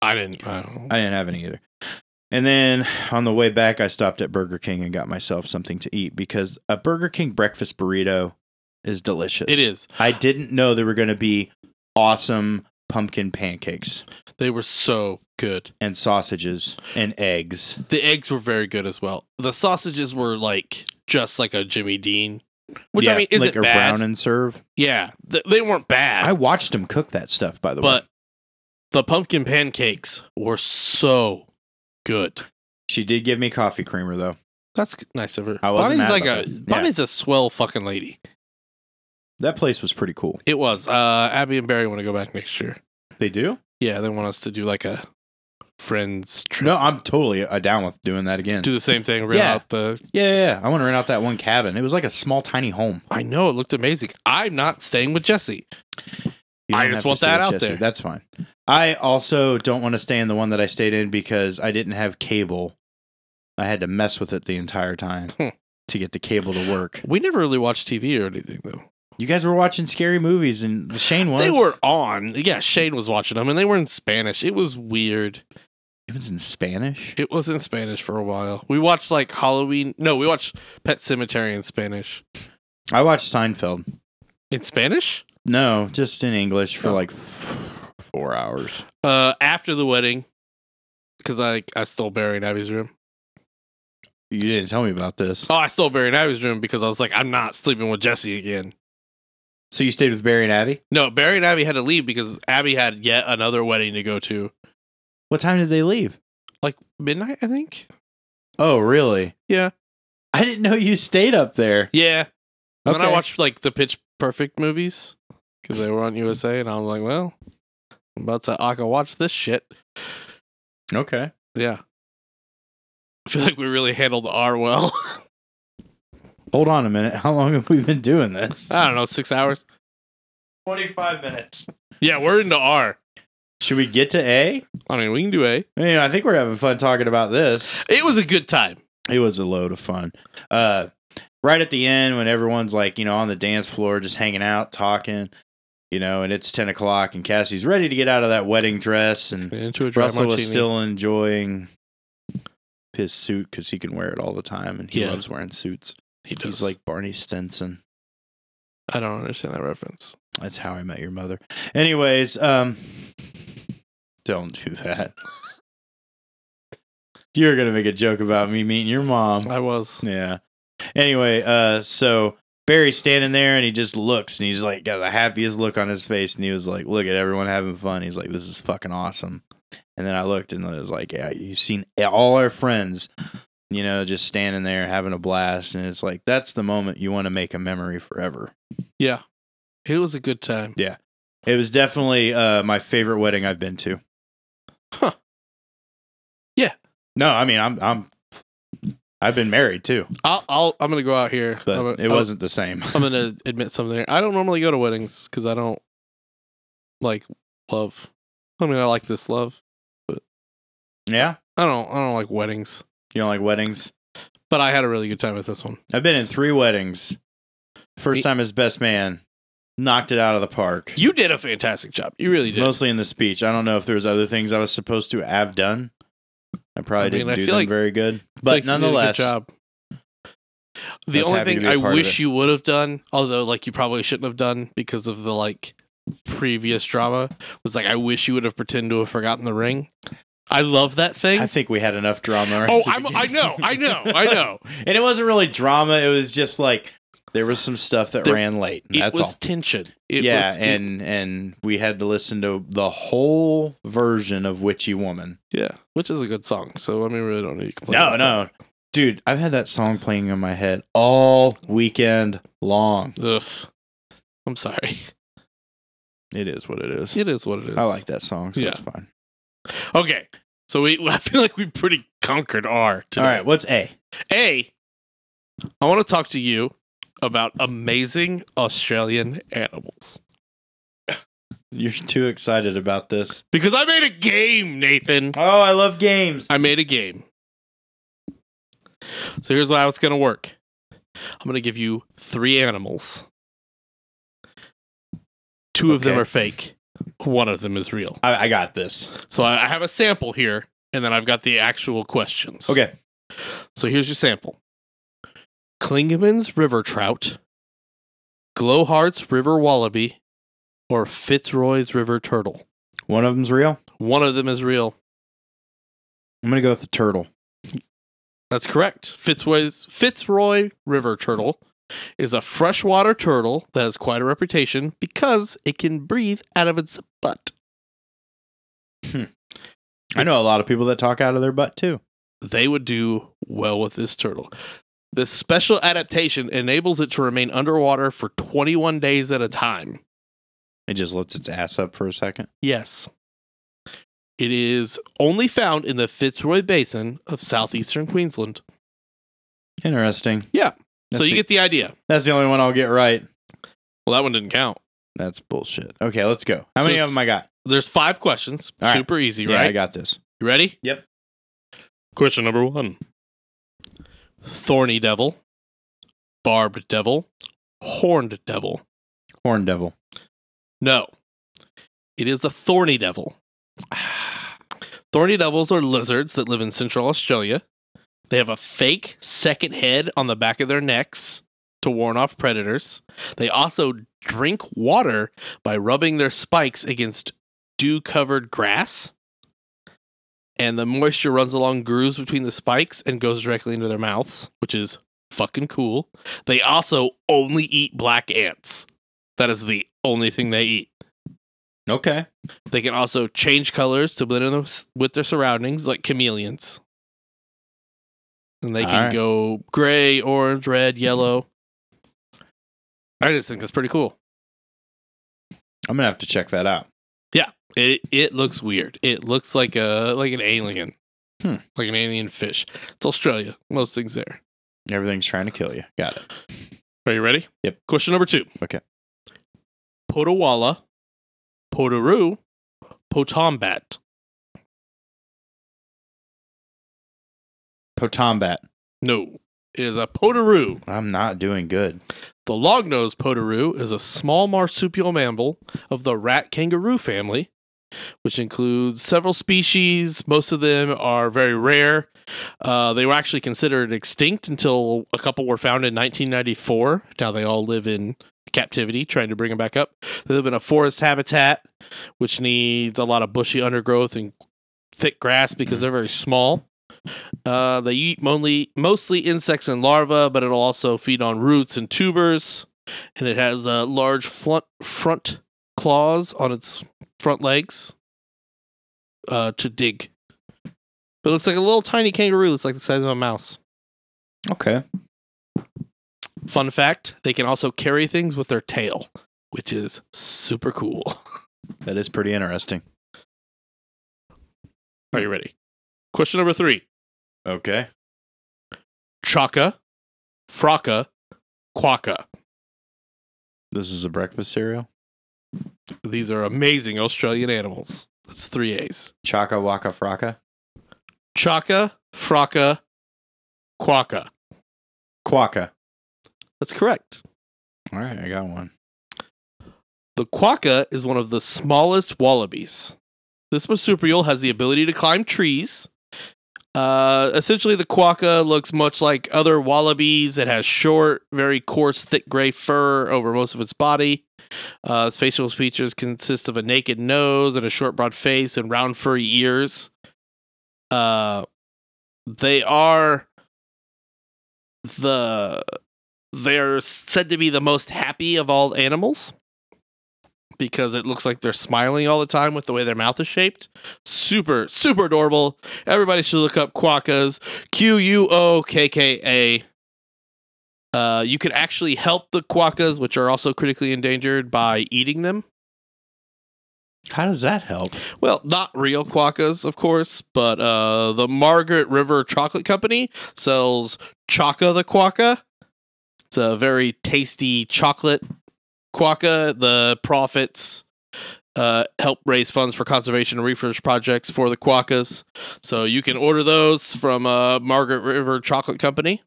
Speaker 1: I didn't. I don't know.
Speaker 2: I didn't have any either. And then on the way back, I stopped at Burger King and got myself something to eat because a Burger King breakfast burrito is delicious.
Speaker 1: It is.
Speaker 2: I didn't know they were going to be awesome pumpkin pancakes
Speaker 1: They were so good.
Speaker 2: and sausages and eggs.
Speaker 1: The eggs were very good as well. The sausages were like just like a Jimmy Dean, which
Speaker 2: Yeah,
Speaker 1: I mean isn't
Speaker 2: like a
Speaker 1: bad.
Speaker 2: brown and serve.
Speaker 1: yeah, th- they weren't bad.
Speaker 2: I watched them cook that stuff by the way.
Speaker 1: but the pumpkin pancakes were so good.
Speaker 2: She did give me coffee creamer though.
Speaker 1: That's c- nice of her.
Speaker 2: I
Speaker 1: Bonnie's
Speaker 2: wasn't mad
Speaker 1: like
Speaker 2: about
Speaker 1: a
Speaker 2: it. Yeah.
Speaker 1: Bonnie's a swell fucking lady.
Speaker 2: That place was pretty cool.
Speaker 1: It was. Uh, Abby and Barry want to go back next year.
Speaker 2: They do?
Speaker 1: Yeah, they want us to do like a friends trip.
Speaker 2: No, I'm totally uh, down with doing that again.
Speaker 1: Do the same thing. Rent
Speaker 2: Yeah.
Speaker 1: out the.
Speaker 2: Yeah, yeah, yeah. I want to rent out that one cabin. It was like a small tiny home.
Speaker 1: I know it looked amazing. I'm not staying with Jesse.
Speaker 2: You
Speaker 1: I
Speaker 2: don't
Speaker 1: just
Speaker 2: have to
Speaker 1: want
Speaker 2: stay
Speaker 1: that
Speaker 2: with
Speaker 1: out
Speaker 2: Jesse.
Speaker 1: there.
Speaker 2: That's fine. I also don't want to stay in the one that I stayed in because I didn't have cable. I had to mess with it the entire time
Speaker 1: Hmm.
Speaker 2: to get the cable to work.
Speaker 1: We never really watched TV or anything though.
Speaker 2: You guys were watching scary movies, and Shane was.
Speaker 1: They were on. Yeah, Shane was watching them, and they were in Spanish. It was weird.
Speaker 2: It was in Spanish.
Speaker 1: It was in Spanish for a while. We watched like Halloween. No, we watched Pet Cemetery in Spanish.
Speaker 2: I watched Seinfeld.
Speaker 1: In Spanish?
Speaker 2: No, just in English for
Speaker 1: Oh.
Speaker 2: like f- four hours.
Speaker 1: Uh, after the wedding, because I I stole Barry and Abby's room.
Speaker 2: You didn't tell me about this.
Speaker 1: Oh, I stole Barry and Abby's room because I was like, I'm not sleeping with Jesse again.
Speaker 2: So you stayed with Barry and Abby.
Speaker 1: No, Barry and Abby had to leave because Abby had yet another wedding to go to.
Speaker 2: What time did they leave?
Speaker 1: Like midnight, I think.
Speaker 2: Oh, really?
Speaker 1: Yeah.
Speaker 2: I didn't know you stayed up there.
Speaker 1: Yeah. And then I
Speaker 2: Okay.
Speaker 1: watched like the Pitch Perfect movies. because they were on USA, and I was like, well, I'm about to I can watch this shit.
Speaker 2: Okay.
Speaker 1: Yeah, I feel like we really handled R well.
Speaker 2: Hold on a minute. How long have we been doing this?
Speaker 1: I don't know, six hours.
Speaker 2: 25 minutes.
Speaker 1: Yeah, we're into R.
Speaker 2: Should we get to A?
Speaker 1: I mean, we can do A.
Speaker 2: I mean, I think we're having fun talking about this.
Speaker 1: It was a good time.
Speaker 2: It was a load of fun. Uh, right at the end, when everyone's like, you know, on the dance floor, just hanging out, talking, you know, and it's 10 o'clock and Cassie's ready to get out of that wedding dress. And
Speaker 1: Into a dry
Speaker 2: Russell
Speaker 1: martini.
Speaker 2: was still enjoying his suit because he can wear it all the time and he
Speaker 1: Yeah.
Speaker 2: loves wearing suits.
Speaker 1: he
Speaker 2: He's like Barney Stinson.
Speaker 1: I don't understand that reference.
Speaker 2: That's how I met your mother. Anyways, um don't do that. You're gonna make a joke about me meeting your mom.
Speaker 1: I was.
Speaker 2: Yeah. Anyway, uh so Barry's standing there and he just looks and he's like got the happiest look on his face and he was like, Look at everyone having fun. He's like, This is fucking awesome. And then I looked and I was like, Yeah, you've seen all our friends, you know, just standing there having a blast. And it's like, that's the moment you want to make a memory forever.
Speaker 1: Yeah, it was a good time.
Speaker 2: It was definitely uh, my favorite wedding I've been to.
Speaker 1: Huh. Yeah.
Speaker 2: No, I mean I'm I'm I've been married too,
Speaker 1: I'll, I'll I'm gonna go out here.
Speaker 2: but
Speaker 1: I'm gonna-
Speaker 2: it
Speaker 1: I'll-
Speaker 2: wasn't the same.
Speaker 1: I'm gonna admit something. Here. I don't normally go to weddings because I don't like love. I mean, I like this love.
Speaker 2: yeah,
Speaker 1: I don't. I don't like weddings.
Speaker 2: you don't like weddings.
Speaker 1: But I had a really good time at this one.
Speaker 2: I've been in three weddings. First
Speaker 1: Me-
Speaker 2: time as best man, knocked it out of the park.
Speaker 1: You did a fantastic job. You really did.
Speaker 2: Mostly in the speech. I don't know if there was other things I was supposed to have done. I probably
Speaker 1: I mean,
Speaker 2: didn't
Speaker 1: I
Speaker 2: do
Speaker 1: feel
Speaker 2: them
Speaker 1: like-
Speaker 2: very good,
Speaker 1: Like,
Speaker 2: but
Speaker 1: you did a good
Speaker 2: nonetheless,
Speaker 1: job. The
Speaker 2: was
Speaker 1: only
Speaker 2: happy to
Speaker 1: thing
Speaker 2: be a
Speaker 1: I
Speaker 2: part of
Speaker 1: wish
Speaker 2: it.
Speaker 1: you would have done, although like you probably shouldn't have done because of the like previous drama, was like I wish you would have pretended to have forgotten the ring. I love that thing.
Speaker 2: I think we had enough drama. right
Speaker 1: oh,
Speaker 2: at the
Speaker 1: I'm, I
Speaker 2: beginning.
Speaker 1: know, I know, I know.
Speaker 2: and it wasn't really drama. It was just like there was some stuff that
Speaker 1: There-
Speaker 2: ran late. and
Speaker 1: It
Speaker 2: that's
Speaker 1: was
Speaker 2: all.
Speaker 1: tension. It
Speaker 2: yeah,
Speaker 1: was, it-
Speaker 2: and and we had to listen to the whole version of Witchy Woman.
Speaker 1: yeah, which is a good song. So I mean, really don't need to complain.
Speaker 2: No,
Speaker 1: about
Speaker 2: no, dude, I've had that song playing in my head all weekend long.
Speaker 1: that. Ugh. I'm sorry.
Speaker 2: It is what it is.
Speaker 1: It is what it is.
Speaker 2: I like that song, so
Speaker 1: Yeah.
Speaker 2: it's fine.
Speaker 1: Okay, so we I feel like we pretty conquered R today.
Speaker 2: All right, what's A?
Speaker 1: A, I want to talk to you about amazing Australian animals.
Speaker 2: You're too excited about this.
Speaker 1: Because I made a game, Nathan.
Speaker 2: Oh, I love games.
Speaker 1: I made a game. So here's how it's going to work I'm going to give you three animals. Two of them
Speaker 2: Okay.
Speaker 1: are fake, one of them is real.
Speaker 2: I, I got this.
Speaker 1: So I I have a sample here, and then I've got the actual questions.
Speaker 2: Okay.
Speaker 1: So here's your sample Klingemann's River Trout, Glowhart's River Wallaby, or Fitzroy's River Turtle.
Speaker 2: One of them's real.
Speaker 1: One of them is real.
Speaker 2: I'm going to go with the turtle.
Speaker 1: That's correct. Fitzroy's Fitzroy River Turtle is a freshwater turtle that has quite a reputation because it can breathe out of its butt.
Speaker 2: I know a lot of people that talk out of their butt too.
Speaker 1: they would do well with this turtle. This special adaptation enables it to remain underwater for 21 days at a time.
Speaker 2: It just lifts its ass up for a second.
Speaker 1: Yes. It is only found in the Fitzroy Basin of southeastern Queensland.
Speaker 2: Interesting.
Speaker 1: Yeah.
Speaker 2: That's
Speaker 1: so you
Speaker 2: the-
Speaker 1: get the idea.
Speaker 2: that's the only one I'll get right.
Speaker 1: Well, that one didn't count.
Speaker 2: That's bullshit. Okay, let's go. How
Speaker 1: So
Speaker 2: many
Speaker 1: it's-
Speaker 2: of them I got?
Speaker 1: There's five questions.
Speaker 2: All right.
Speaker 1: Super easy,
Speaker 2: Yeah, I
Speaker 1: right?
Speaker 2: got this.
Speaker 1: you ready?
Speaker 2: Yep.
Speaker 1: Question number one Thorny devil, barbed devil, horned devil.
Speaker 2: Horn devil.
Speaker 1: No. It is a thorny devil. thorny devils are lizards that live in central Australia. They have a fake second head on the back of their necks to warn off predators. They also drink water by rubbing their spikes against dew covered grass. And the moisture runs along grooves between the spikes and goes directly into their mouths, which is fucking cool. They also only eat black ants. That is the only thing they eat.
Speaker 2: Okay.
Speaker 1: They can also change colors to blend in with- with their surroundings, like chameleons. And they can
Speaker 2: Alright.
Speaker 1: go gray,
Speaker 2: Mm-hmm.
Speaker 1: orange, red, yellow. I just think that's pretty cool.
Speaker 2: I'm gonna have to check that out.
Speaker 1: It it looks weird. It looks like a like an alien,
Speaker 2: Hmm.
Speaker 1: like an alien fish. It's Australia. Most things there.
Speaker 2: Everything's trying to kill you. Got it.
Speaker 1: Are you ready?
Speaker 2: Yep.
Speaker 1: Question number two.
Speaker 2: Okay.
Speaker 1: Potawala, Potaroo, Potombat.
Speaker 2: Potombat.
Speaker 1: No, it is a Potaroo.
Speaker 2: I'm not doing good.
Speaker 1: The long-nosed Potaroo is a small marsupial mammal of the rat kangaroo family, which includes several species. Most of them are very rare. Uh, they were actually considered extinct until a couple were found in 1994. Now they all live in captivity, trying to bring them back up. They live in a forest habitat, which needs a lot of bushy undergrowth and thick grass because they're very small. Uh, they eat only, mostly insects and larvae, but it'll also feed on roots and tubers. And it has uh, large front, front claws on its front legs uh, to dig. It looks like a little tiny kangaroo. It's like the size of a mouse.
Speaker 2: Okay.
Speaker 1: Fun fact they can also carry things with their tail, which is super cool.
Speaker 2: That is pretty interesting.
Speaker 1: Are you ready? Question number three
Speaker 2: Okay.
Speaker 1: Chaka, Fraka, Quaka.
Speaker 2: This is a breakfast cereal.
Speaker 1: These are amazing Australian animals. That's three A's.
Speaker 2: Chaka waka fraka.
Speaker 1: Chaka, Fraka, Quaka.
Speaker 2: Quaka.
Speaker 1: That's correct.
Speaker 2: All right, I got one.
Speaker 1: The quokka is one of the smallest wallabies. This marsupial has the ability to climb trees. Uh, essentially, the quokka looks much like other wallabies. It has short, very coarse, thick gray fur over most of its body. Uh, its facial features consist of a naked nose and a short, broad face and round, furry ears. Uh, they are the they are said to be the most happy of all animals because it looks like they're smiling all the time with the way their mouth is shaped. Super, super adorable. Everybody should look up quokkas. Q U O K K A. Uh, you can actually help the quokkas, which are also critically endangered, by eating them.
Speaker 2: How does that help?
Speaker 1: Well, not real quokkas, of course, but uh, the Margaret River Chocolate Company sells Chaka the Quokka. It's a very tasty chocolate quokka. The profits uh, help raise funds for conservation and research projects for the quokkas. So you can order those from uh, Margaret River Chocolate Company,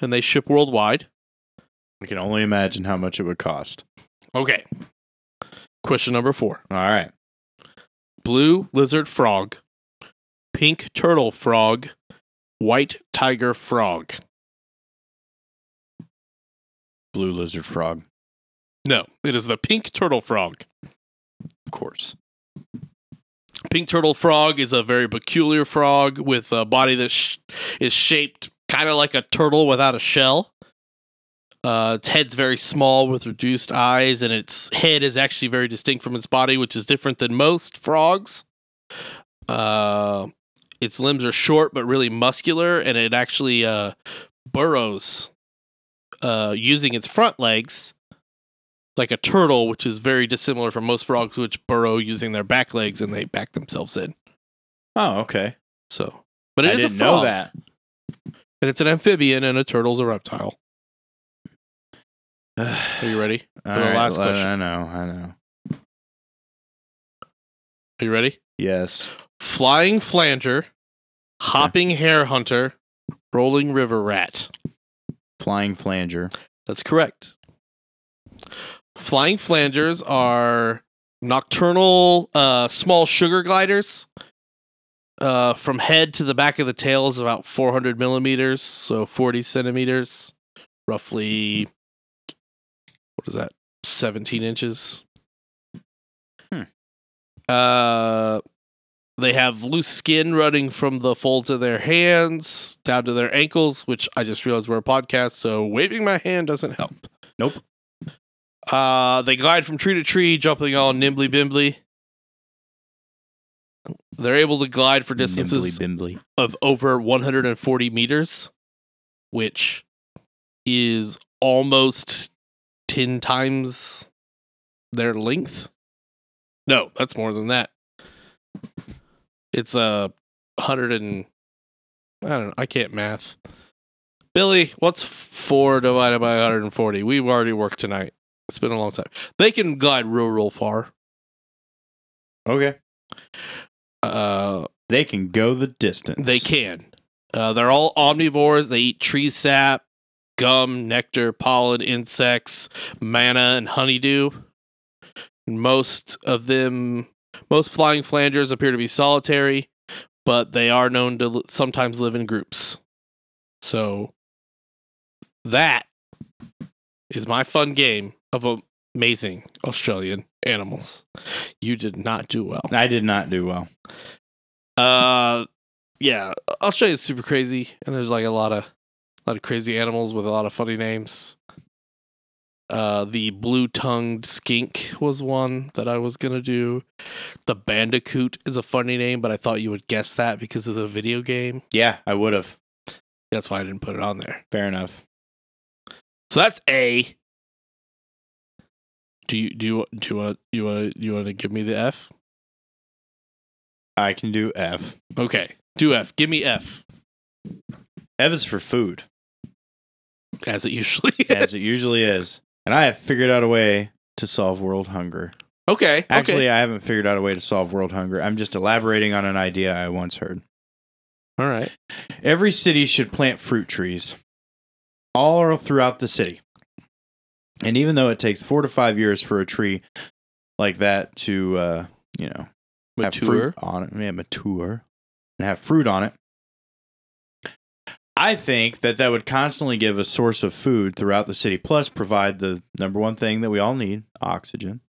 Speaker 1: and they ship worldwide.
Speaker 2: I can only imagine how much it would cost.
Speaker 1: Okay. Question number four.
Speaker 2: All right.
Speaker 1: blue lizard frog, pink turtle frog, white tiger frog.
Speaker 2: Blue lizard frog.
Speaker 1: No, it is the pink turtle frog.
Speaker 2: Of course.
Speaker 1: Pink turtle frog is a very peculiar frog with a body that sh- is shaped kind of like a turtle without a shell. Uh, its head's very small with reduced eyes, and its head is actually very distinct from its body, which is different than most frogs. Uh, its limbs are short but really muscular, and it actually uh, burrows uh, using its front legs like a turtle, which is very dissimilar from most frogs, which burrow using their back legs and they back themselves in.
Speaker 2: Oh, okay.
Speaker 1: So, but it
Speaker 2: I
Speaker 1: is
Speaker 2: didn't
Speaker 1: a frog,
Speaker 2: know that.
Speaker 1: and it's an amphibian, and a turtle's a reptile. Are
Speaker 2: All
Speaker 1: you ready? the
Speaker 2: right,
Speaker 1: last
Speaker 2: let-
Speaker 1: question.
Speaker 2: I know. I know.
Speaker 1: Are you ready?
Speaker 2: Yes.
Speaker 1: Flying flanger, hopping hair hunter, rolling river rat.
Speaker 2: Flying flanger.
Speaker 1: That's correct. Flying flangers are nocturnal, uh, small sugar gliders. Uh, from head to the back of the tail is about 400 millimeters, so 40 centimeters, roughly. What is that? 17 inches.
Speaker 2: Hmm.
Speaker 1: Uh, they have loose skin running from the folds of their hands down to their ankles, which I just realized we're a podcast, so waving my hand doesn't help.
Speaker 2: Nope.
Speaker 1: Uh, they glide from tree to tree, jumping all nimbly bimbly. They're able to glide for distances
Speaker 2: Nimbly bimbly.
Speaker 1: of over 140 meters, which is almost 10 times their length. No, that's more than that. It's a uh, hundred and I don't know. I can't math. Billy, what's four divided by 140? We've already worked tonight. It's been a long time. They can glide real, real far.
Speaker 2: Okay.
Speaker 1: Uh,
Speaker 2: They can go the distance.
Speaker 1: They can. Uh, they're all omnivores. They eat tree sap, gum, nectar, pollen, insects, manna, and honeydew. Most of them, most flying flangers appear to be solitary, but they are known to l- sometimes live in groups. So that is my fun game of a- amazing Australian animals. You did not do well.
Speaker 2: I did not do well.
Speaker 1: Uh, yeah, Australia's super crazy, and there's like a lot of, lot of crazy animals with a lot of funny names. Uh, the blue-tongued skink was one that I was gonna do. The bandicoot is a funny name, but I thought you would guess that because of the video game.
Speaker 2: Yeah, I would have.
Speaker 1: That's why I didn't put it on there.
Speaker 2: Fair enough.
Speaker 1: So that's A. Do you do you do you want you want you want to give me the F?
Speaker 2: I can do F.
Speaker 1: Okay, do F. Give me F,
Speaker 2: F is for food,
Speaker 1: as it usually
Speaker 2: as
Speaker 1: is.
Speaker 2: it usually is. And I have figured out a way to solve world hunger.
Speaker 1: Okay. okay.
Speaker 2: Actually, I haven't figured out a way to solve world hunger. I'm just elaborating on an idea I once heard.
Speaker 1: all right.
Speaker 2: Every city should plant fruit trees all throughout the city. And even though it takes four to five years for a tree like that to, uh, you know, have fruit on it. Yeah, mature and have fruit on it. I think that that would constantly give a source of food throughout the city, plus provide the number one thing that we all need oxygen.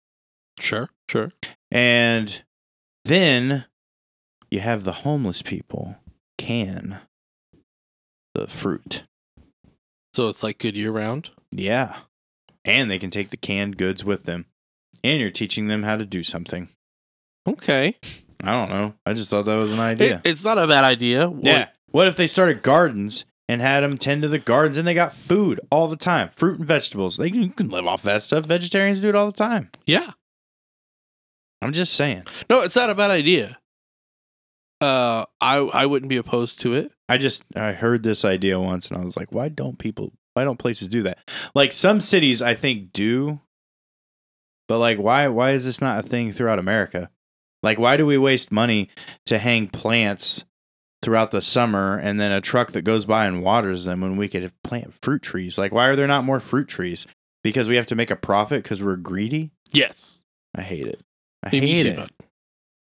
Speaker 1: Sure, sure.
Speaker 2: And then you have the homeless people can the fruit.
Speaker 1: So it's like good year round.
Speaker 2: Yeah. And they can take the canned goods with them. And you're teaching them how to do something.
Speaker 1: Okay,
Speaker 2: I don't know. I just thought that was an idea.
Speaker 1: it's not a bad idea.
Speaker 2: Yeah. What if they started gardens and had them tend to the gardens and they got food all the time, fruit and vegetables? They can, you can live off that stuff. Vegetarians do it all the time.
Speaker 1: yeah.
Speaker 2: I'm just saying.
Speaker 1: No, it's not a bad idea. Uh, I I wouldn't be opposed to it.
Speaker 2: I just I heard this idea once and I was like, why don't people? Why don't places do that? Like some cities, I think do, but like why? Why is this not a thing throughout America? Like why do we waste money to hang plants? Throughout the summer, and then a truck that goes by and waters them when we could plant fruit trees. Like, why are there not more fruit trees? Because we have to make a profit because we're greedy.
Speaker 1: Yes,
Speaker 2: I hate it. I hate it.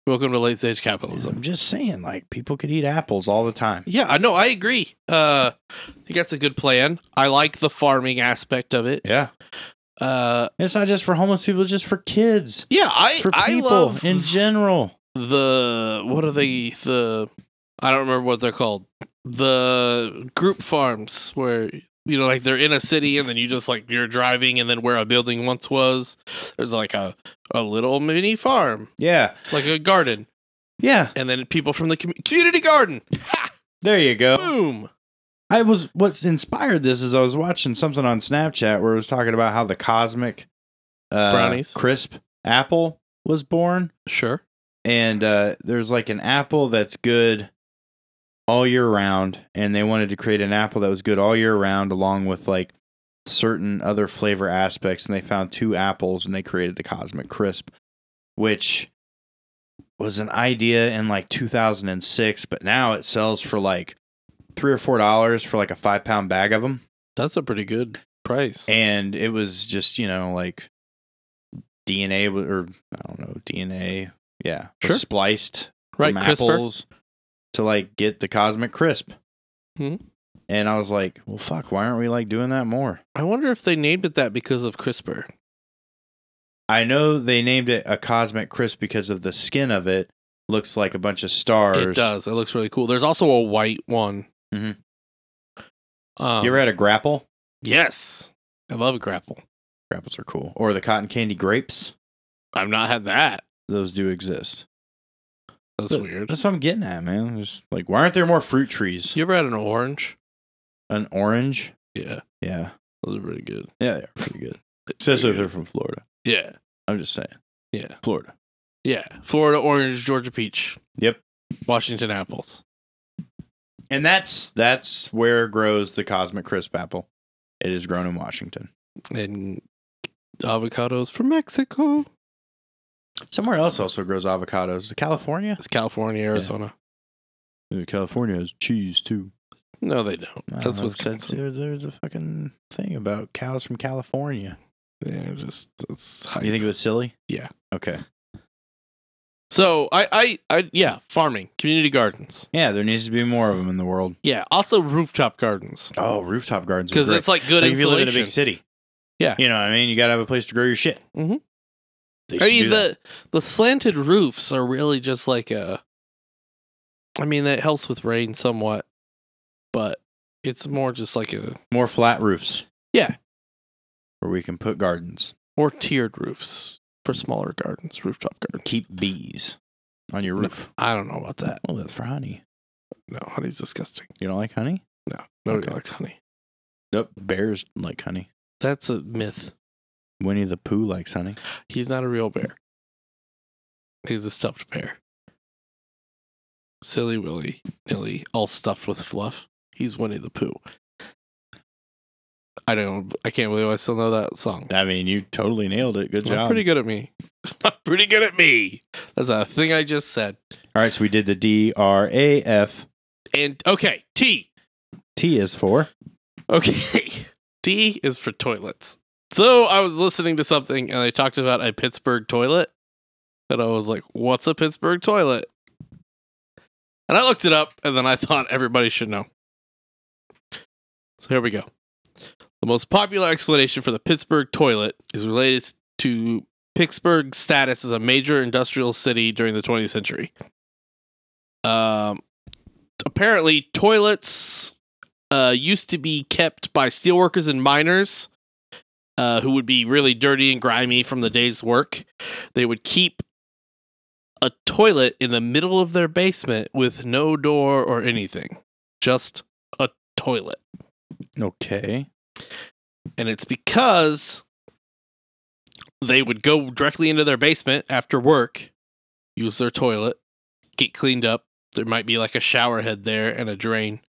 Speaker 1: Welcome to late stage
Speaker 2: I'm
Speaker 1: capitalism.
Speaker 2: just saying, like, people could eat apples all the time.
Speaker 1: Yeah, I know. I agree. Uh, I think that's a good plan. I like the farming aspect of it.
Speaker 2: Yeah.
Speaker 1: Uh,
Speaker 2: It's not just for homeless people, it's just for kids.
Speaker 1: yeah, I
Speaker 2: for
Speaker 1: I
Speaker 2: people
Speaker 1: love
Speaker 2: in general.
Speaker 1: the what are they the I don't remember what they're called. The group farms where you know like they're in a city and then you just like you're driving and then where a building once was there's like a a little mini farm,
Speaker 2: Yeah.
Speaker 1: like a garden.
Speaker 2: Yeah.
Speaker 1: And then people from the commu- community garden. Ha!
Speaker 2: There you go.
Speaker 1: Boom.
Speaker 2: I was what's inspired this is I was watching something on Snapchat where it was talking about how the cosmic uh,
Speaker 1: Brownies.
Speaker 2: crisp apple was born.
Speaker 1: Sure.
Speaker 2: And uh, there's like an apple that's good all year round, and they wanted to create an apple that was good all year round along with like certain other flavor aspects, and they found two apples and they created the cosmic crisp, which was an idea in like 2006, but now it sells for like three or four dollars for like a five pound bag of them.
Speaker 1: That's a pretty good price.
Speaker 2: And it was just, you know, like DNA w- or I don't know, DNA. Yeah. was
Speaker 1: Sure.
Speaker 2: Spliced
Speaker 1: right,
Speaker 2: from
Speaker 1: CRISPR.
Speaker 2: apples to like get the cosmic crisp.
Speaker 1: Hmm.
Speaker 2: And I was like, well, fuck, why aren't we like doing that more?
Speaker 1: I wonder if they named it that because of CRISPR.
Speaker 2: I know they named it a cosmic crisp because of the skin of it looks like a bunch of stars.
Speaker 1: It does. It looks really cool. There's also a white one.
Speaker 2: Mhm.
Speaker 1: Um,
Speaker 2: You ever had a grapple?
Speaker 1: Yes. I love a grapple.
Speaker 2: Grapples are cool. Or the cotton candy grapes.
Speaker 1: I've not had that.
Speaker 2: Those do exist.
Speaker 1: That's
Speaker 2: But
Speaker 1: weird.
Speaker 2: That's what I'm getting at, man. Just like, why aren't there more fruit trees?
Speaker 1: You ever had an orange?
Speaker 2: An orange.
Speaker 1: Yeah.
Speaker 2: Yeah.
Speaker 1: Those are pretty good.
Speaker 2: Yeah, they're pretty good.
Speaker 1: It's
Speaker 2: Especially if
Speaker 1: pretty
Speaker 2: they're from Florida.
Speaker 1: good. Yeah.
Speaker 2: I'm just saying.
Speaker 1: Yeah.
Speaker 2: Florida.
Speaker 1: Yeah. Florida orange, Georgia peach,
Speaker 2: Yep.
Speaker 1: Washington apples.
Speaker 2: And that's that's where grows the cosmic crisp apple. It is grown in Washington.
Speaker 1: And avocados from Mexico.
Speaker 2: Somewhere else also grows avocados. California.
Speaker 1: It's California, Arizona.
Speaker 2: California has cheese too.
Speaker 1: No, they don't. That's Wisconsin.
Speaker 2: There's, there's a fucking thing about cows from California.
Speaker 1: Yeah, just that's
Speaker 2: You think it was silly?
Speaker 1: Yeah.
Speaker 2: Okay.
Speaker 1: so I, I I yeah, farming, community gardens.
Speaker 2: Yeah, there needs to be more of them in the world.
Speaker 1: Yeah. Also rooftop gardens.
Speaker 2: Oh, rooftop gardens.
Speaker 1: Because it's like good
Speaker 2: like if you
Speaker 1: insulation.
Speaker 2: live in a big city.
Speaker 1: Yeah.
Speaker 2: You know what I mean? You got to have a place to grow your shit.
Speaker 1: Mhm. I
Speaker 2: They should do
Speaker 1: mean
Speaker 2: that.
Speaker 1: the the slanted roofs are really just like a. I mean that helps with rain somewhat, but it's more just like a
Speaker 2: more flat roofs.
Speaker 1: Yeah.
Speaker 2: Where we can put gardens.
Speaker 1: or tiered roofs for smaller gardens, rooftop gardens.
Speaker 2: Keep bees on your
Speaker 1: No.
Speaker 2: roof.
Speaker 1: I don't know about that.
Speaker 2: Well, for honey.
Speaker 1: No, honey's disgusting.
Speaker 2: You don't like honey?
Speaker 1: No, nobody
Speaker 2: Okay.
Speaker 1: likes honey.
Speaker 2: Nope. Bears like honey.
Speaker 1: That's a myth.
Speaker 2: Winnie the Pooh likes honey.
Speaker 1: He's not a real bear. He's a stuffed bear. Silly Willy, Nilly, all stuffed with fluff. He's Winnie the Pooh. I don't. I can't believe I still know that song.
Speaker 2: I mean, you totally nailed it. Good
Speaker 1: I'm
Speaker 2: job.
Speaker 1: pretty good at me. I'm pretty good at me. That's a thing I just said.
Speaker 2: All right, so we did the D R A F.
Speaker 1: And okay, T.
Speaker 2: T is for
Speaker 1: Okay. T is for toilets. So I was listening to something and they talked about a Pittsburgh toilet. And I was like, what's a Pittsburgh toilet? And I looked it up and then I thought everybody should know. So here we go. The most popular explanation for the Pittsburgh toilet is related to Pittsburgh's status as a major industrial city during the 20th century. Um, apparently, toilets uh, used to be kept by steelworkers and miners uh, who would be really dirty and grimy from the day's work. They would keep a toilet in the middle of their basement with no door or anything, just a toilet.
Speaker 2: okay.
Speaker 1: And it's because they would go directly into their basement after work, use their toilet, get cleaned up. There might be like a shower head there and a drain.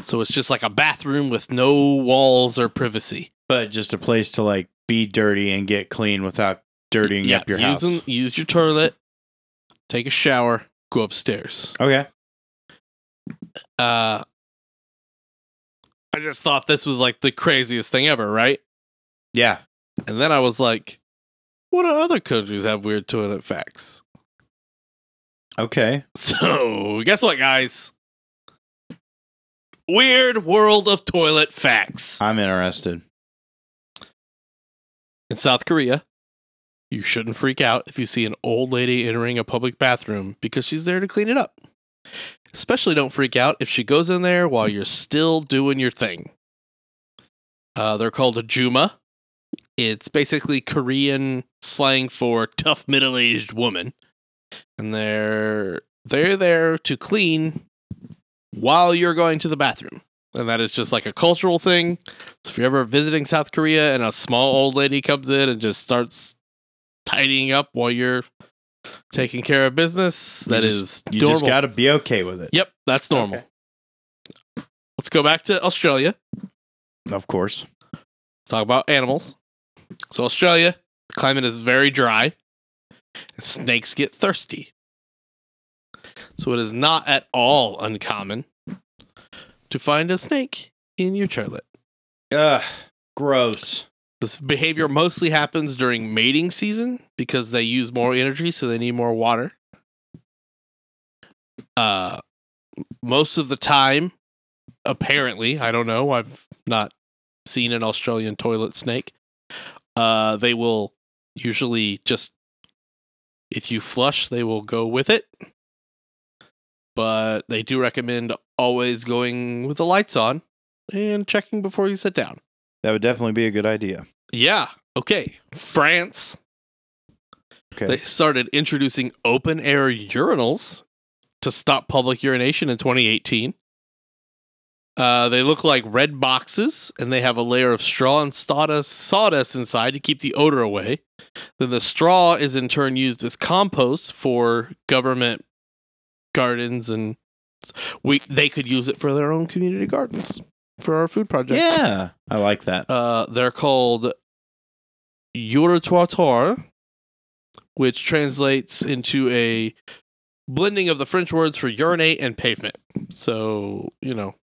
Speaker 1: So it's just like a bathroom with no walls or privacy.
Speaker 2: But just a place to like be dirty and get clean without dirtying
Speaker 1: Yeah,
Speaker 2: up your
Speaker 1: use
Speaker 2: house.
Speaker 1: them- use your toilet, take a shower, go upstairs.
Speaker 2: Okay.
Speaker 1: Uh, I just thought this was like the craziest thing ever, right?
Speaker 2: Yeah.
Speaker 1: And then I was like, what do other countries have weird toilet facts?
Speaker 2: Okay.
Speaker 1: So, guess what, guys? Weird world of toilet facts.
Speaker 2: I'm interested.
Speaker 1: In South Korea, you shouldn't freak out if you see an old lady entering a public bathroom because she's there to clean it up. Especially don't freak out if she goes in there while you're still doing your thing. Uh, they're called a Juma. It's basically Korean slang for tough middle aged woman. And they're they're there to clean while you're going to the bathroom. And that is just like a cultural thing. So if you're ever visiting South Korea and a small old lady comes in and just starts tidying up while you're taking care of business,
Speaker 2: You
Speaker 1: that
Speaker 2: just-
Speaker 1: is
Speaker 2: You just
Speaker 1: normal.
Speaker 2: got to be okay with it.
Speaker 1: Yep, that's normal.
Speaker 2: Okay.
Speaker 1: Let's go back to Australia.
Speaker 2: Of course.
Speaker 1: Talk about animals. So Australia, the climate is very dry. And snakes get thirsty. So it is not at all uncommon to find a snake in your toilet.
Speaker 2: Ugh. Gross.
Speaker 1: This behavior mostly happens during mating season because they use more energy, so they need more water. Uh, most of the time, apparently, I don't know, I've not seen an Australian toilet snake. Uh, they will usually just, if you flush, they will go with it. But they do recommend always going with the lights on and checking before you sit down.
Speaker 2: That would definitely be a good idea.
Speaker 1: Yeah. Okay. France.
Speaker 2: Okay.
Speaker 1: They started introducing open air urinals to stop public urination in 2018. Uh, they look like red boxes, and they have a layer of straw and sawdust, sawdust inside to keep the odor away. Then the straw is in turn used as compost for government gardens, and we they could use it for their own community gardens for our food project.
Speaker 2: Yeah, I like that.
Speaker 1: Uh, they're called Eurotoitor, which translates into a blending of the French words for urinate and pavement. So, you know,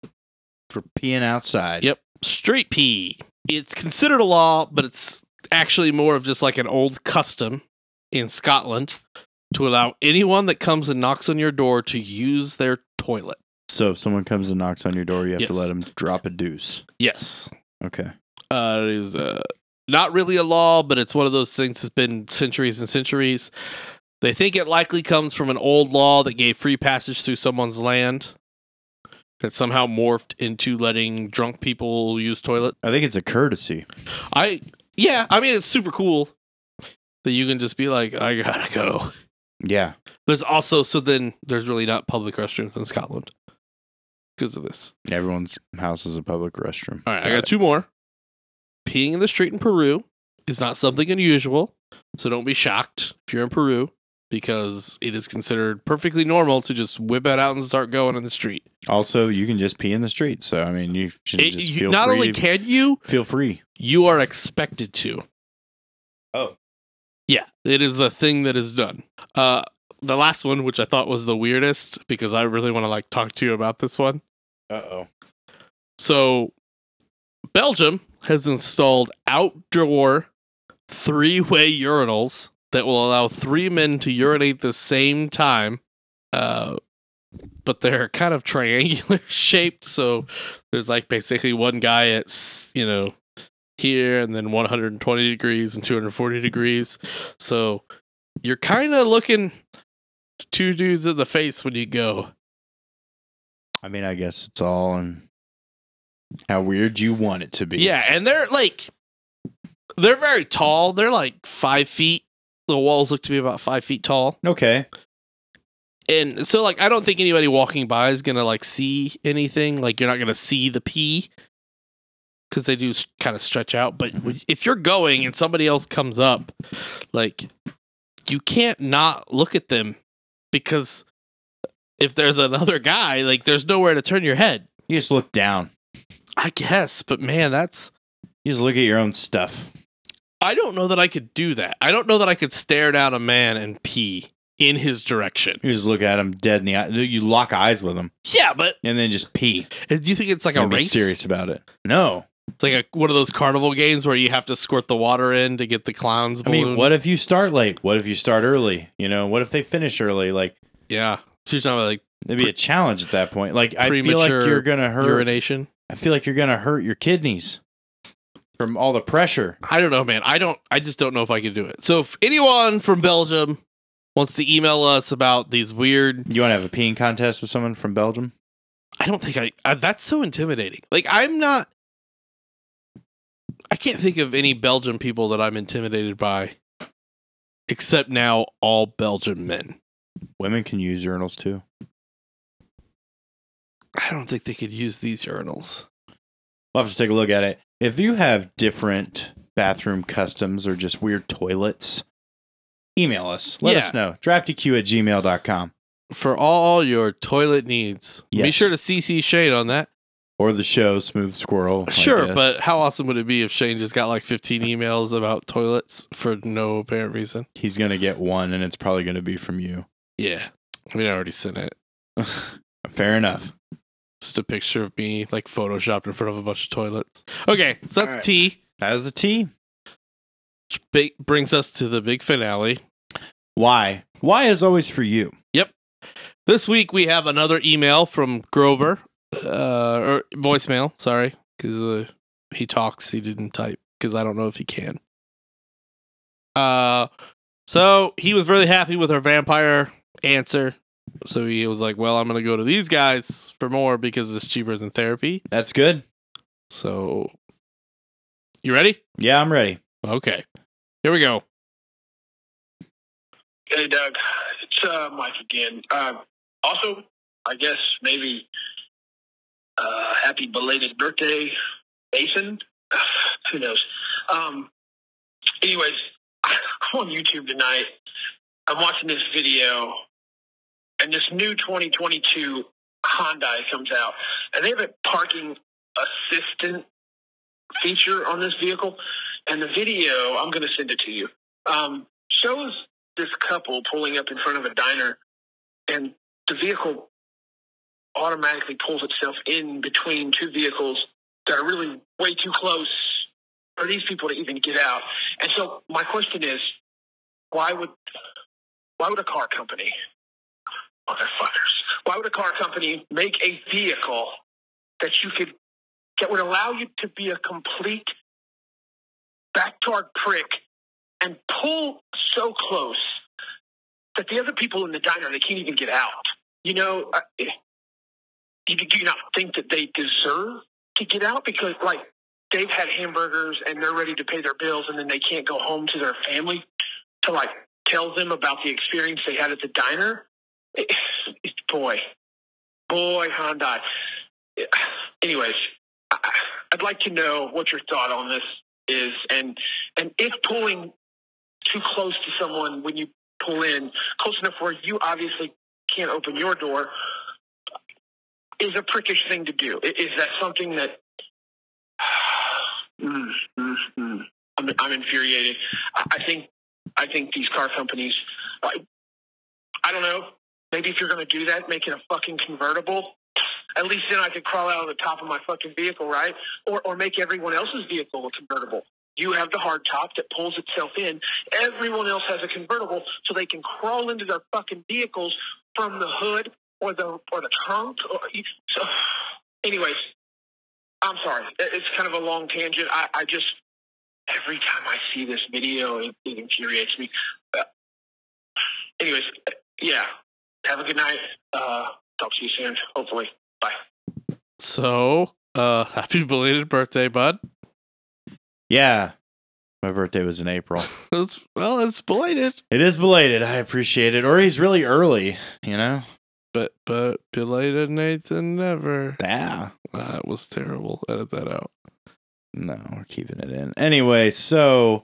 Speaker 2: For peeing outside.
Speaker 1: Yep. street pee. It's considered a law, but it's actually more of just like an old custom in Scotland to allow anyone that comes and knocks on your door to use their toilet.
Speaker 2: So if someone comes and knocks on your door, you have to
Speaker 1: Yes.
Speaker 2: let them drop a deuce.
Speaker 1: Yes.
Speaker 2: Okay.
Speaker 1: Uh, it is uh, not really a law, but it's one of those things that's been centuries and centuries. They think it likely comes from an old law that gave free passage through someone's land that somehow morphed into letting drunk people use toilets.
Speaker 2: I think it's a courtesy.
Speaker 1: I yeah, I mean it's super cool that you can just be like, I gotta go.
Speaker 2: Yeah.
Speaker 1: There's also so then there's really not public restrooms in Scotland because of this.
Speaker 2: Everyone's house is a public restroom.
Speaker 1: All right, I got two more. Peeing in the street in Peru is not something unusual, so don't be shocked if you're in Peru because it is considered perfectly normal to just whip it out and start going in the street.
Speaker 2: Also, you can just pee in the street. So I mean, you should
Speaker 1: It-
Speaker 2: just
Speaker 1: you-
Speaker 2: feel
Speaker 1: not
Speaker 2: free.
Speaker 1: only can you,
Speaker 2: feel free.
Speaker 1: you are expected to.
Speaker 2: Oh.
Speaker 1: Yeah, it is the thing that is done. Uh, the last one, which I thought was the weirdest, because I really want to like talk to you about this one.
Speaker 2: Uh oh.
Speaker 1: So, Belgium has installed outdoor three-way urinals that will allow three men to urinate the same time. Uh, but they're kind of triangular shaped, so there's like basically one guy at s- you know here, and then 120 degrees and 240 degrees. So you're kind of looking two dudes in the face when you go.
Speaker 2: I mean, I guess it's all in how weird you want it to be.
Speaker 1: Yeah, and they're like, they're very tall. They're like five feet. The walls look to be about five feet tall,
Speaker 2: Okay.
Speaker 1: and so like I don't think anybody walking by is gonna like see anything. Like you're not gonna see the pee because they do kind of stretch out. But when- if you're going and somebody else comes up, like you can't not look at them because if there's another guy, like there's nowhere to turn your head.
Speaker 2: You just look down.
Speaker 1: I guess, but man, that's
Speaker 2: You just look at your own stuff.
Speaker 1: I don't know that I could do that. I don't know that I could stare down a man and pee in his direction.
Speaker 2: You just look at him dead in the eye. You lock eyes with him
Speaker 1: Yeah, but
Speaker 2: and then just pee.
Speaker 1: Uh, do you think it's like a
Speaker 2: and be
Speaker 1: race?
Speaker 2: serious about it. No.
Speaker 1: It's like a, one of those carnival games where you have to squirt the water in to get the clown's
Speaker 2: I
Speaker 1: balloon.
Speaker 2: mean, what if you start late? What if you start early? You know, what if they finish early? Like,
Speaker 1: Yeah, so you're talking about like
Speaker 2: it'd be a challenge at that point. Like, I feel like
Speaker 1: Premature
Speaker 2: you're gonna hurt.
Speaker 1: urination.
Speaker 2: I feel like you're gonna hurt your kidneys from all the pressure.
Speaker 1: I don't know, man. I don't. I just don't know if I could do it. So if anyone from Belgium wants to email us about these weird,
Speaker 2: You want to have a peeing contest with someone from Belgium?
Speaker 1: I don't think I. I that's so intimidating. Like I'm not. I can't think of any Belgian people that I'm intimidated by, except now all Belgian men.
Speaker 2: Women can use urinals too.
Speaker 1: I don't think they could use these urinals.
Speaker 2: We'll have to take a look at it. If you have different bathroom customs or just weird toilets, email us. Let us know. DraftyQ at gmail.com
Speaker 1: For all your toilet needs, be
Speaker 2: Yes.
Speaker 1: sure to CC Shane on that.
Speaker 2: or the show Smooth Squirrel. I
Speaker 1: sure,
Speaker 2: guess.
Speaker 1: but how awesome would it be if Shane just got like 15 emails about toilets for no apparent reason?
Speaker 2: he's going to get one and it's probably going to be from you.
Speaker 1: Yeah. I mean, I already sent it.
Speaker 2: Fair enough.
Speaker 1: Just a picture of me like photoshopped in front of a bunch of toilets. Okay, so that's
Speaker 2: All right.
Speaker 1: T.
Speaker 2: That is the T.
Speaker 1: Which ba- brings us to the big finale.
Speaker 2: Why? Why is always for you.
Speaker 1: This week we have another email from Grover, uh, or voicemail. Sorry, because uh, he talks, he didn't type. Because I don't know if he can. Uh, so he was really happy with our vampire answer. So he was like, "Well, I'm gonna go to these guys for more because it's cheaper than therapy."
Speaker 2: That's good.
Speaker 1: So, you ready?
Speaker 2: Yeah, I'm ready.
Speaker 1: Okay, here we go.
Speaker 3: Hey, Doug. Uh, It's uh, Mike again. Um, also, I guess maybe Uh, happy belated birthday, Mason. Who knows? Um, anyways, I'm on YouTube tonight. I'm watching this video, and this new 2022 Hyundai comes out, and they have a parking assistant feature on this vehicle. And the video, I'm going to send it to you, um, shows this couple pulling up in front of a diner, and the vehicle automatically pulls itself in between two vehicles that are really way too close for these people to even get out. And so my question is, why would why would a car company motherfuckers why would a car company make a vehicle that you could that would allow you to be a complete backtard prick and pull so close that the other people in the diner they can't even get out you know I, do you do you not think that they deserve to get out because like they've had hamburgers and they're ready to pay their bills and then they can't go home to their family to like tell them about the experience they had at the diner Eh, boy boy Hyundai anyways I- I'd like to know what your thought on this is and and if pulling too close to someone when you pull in close enough where you obviously can't open your door is a prickish thing to do. I- Is that something that? Mm, mm, mm. I'm, I'm infuriated. I I think I think these car companies. I, I don't know. Maybe if you're going to do that, make it a fucking convertible. At least then I could crawl out of the top of my fucking vehicle, right? Or or make everyone else's vehicle a convertible. You have the hard top that pulls itself in. Everyone else has a convertible, so they can crawl into their fucking vehicles from the hood or the or the trunk. Or, e-, so, anyways, I'm sorry. It- It's kind of a long tangent. I, I just every time I see this video, it, it infuriates me. Uh, anyways, uh, yeah. Have a good night. Uh, talk to you soon. Hopefully, bye.
Speaker 1: So, uh, happy belated birthday, bud.
Speaker 2: Yeah. My birthday was in April.
Speaker 1: It's, well, it's belated,
Speaker 2: it is belated. I appreciate it. Or he's really early, you know?
Speaker 1: but but belated Nathan never.
Speaker 2: Yeah.
Speaker 1: That was terrible. Edit that out.
Speaker 2: No, we're keeping it in. Anyway, so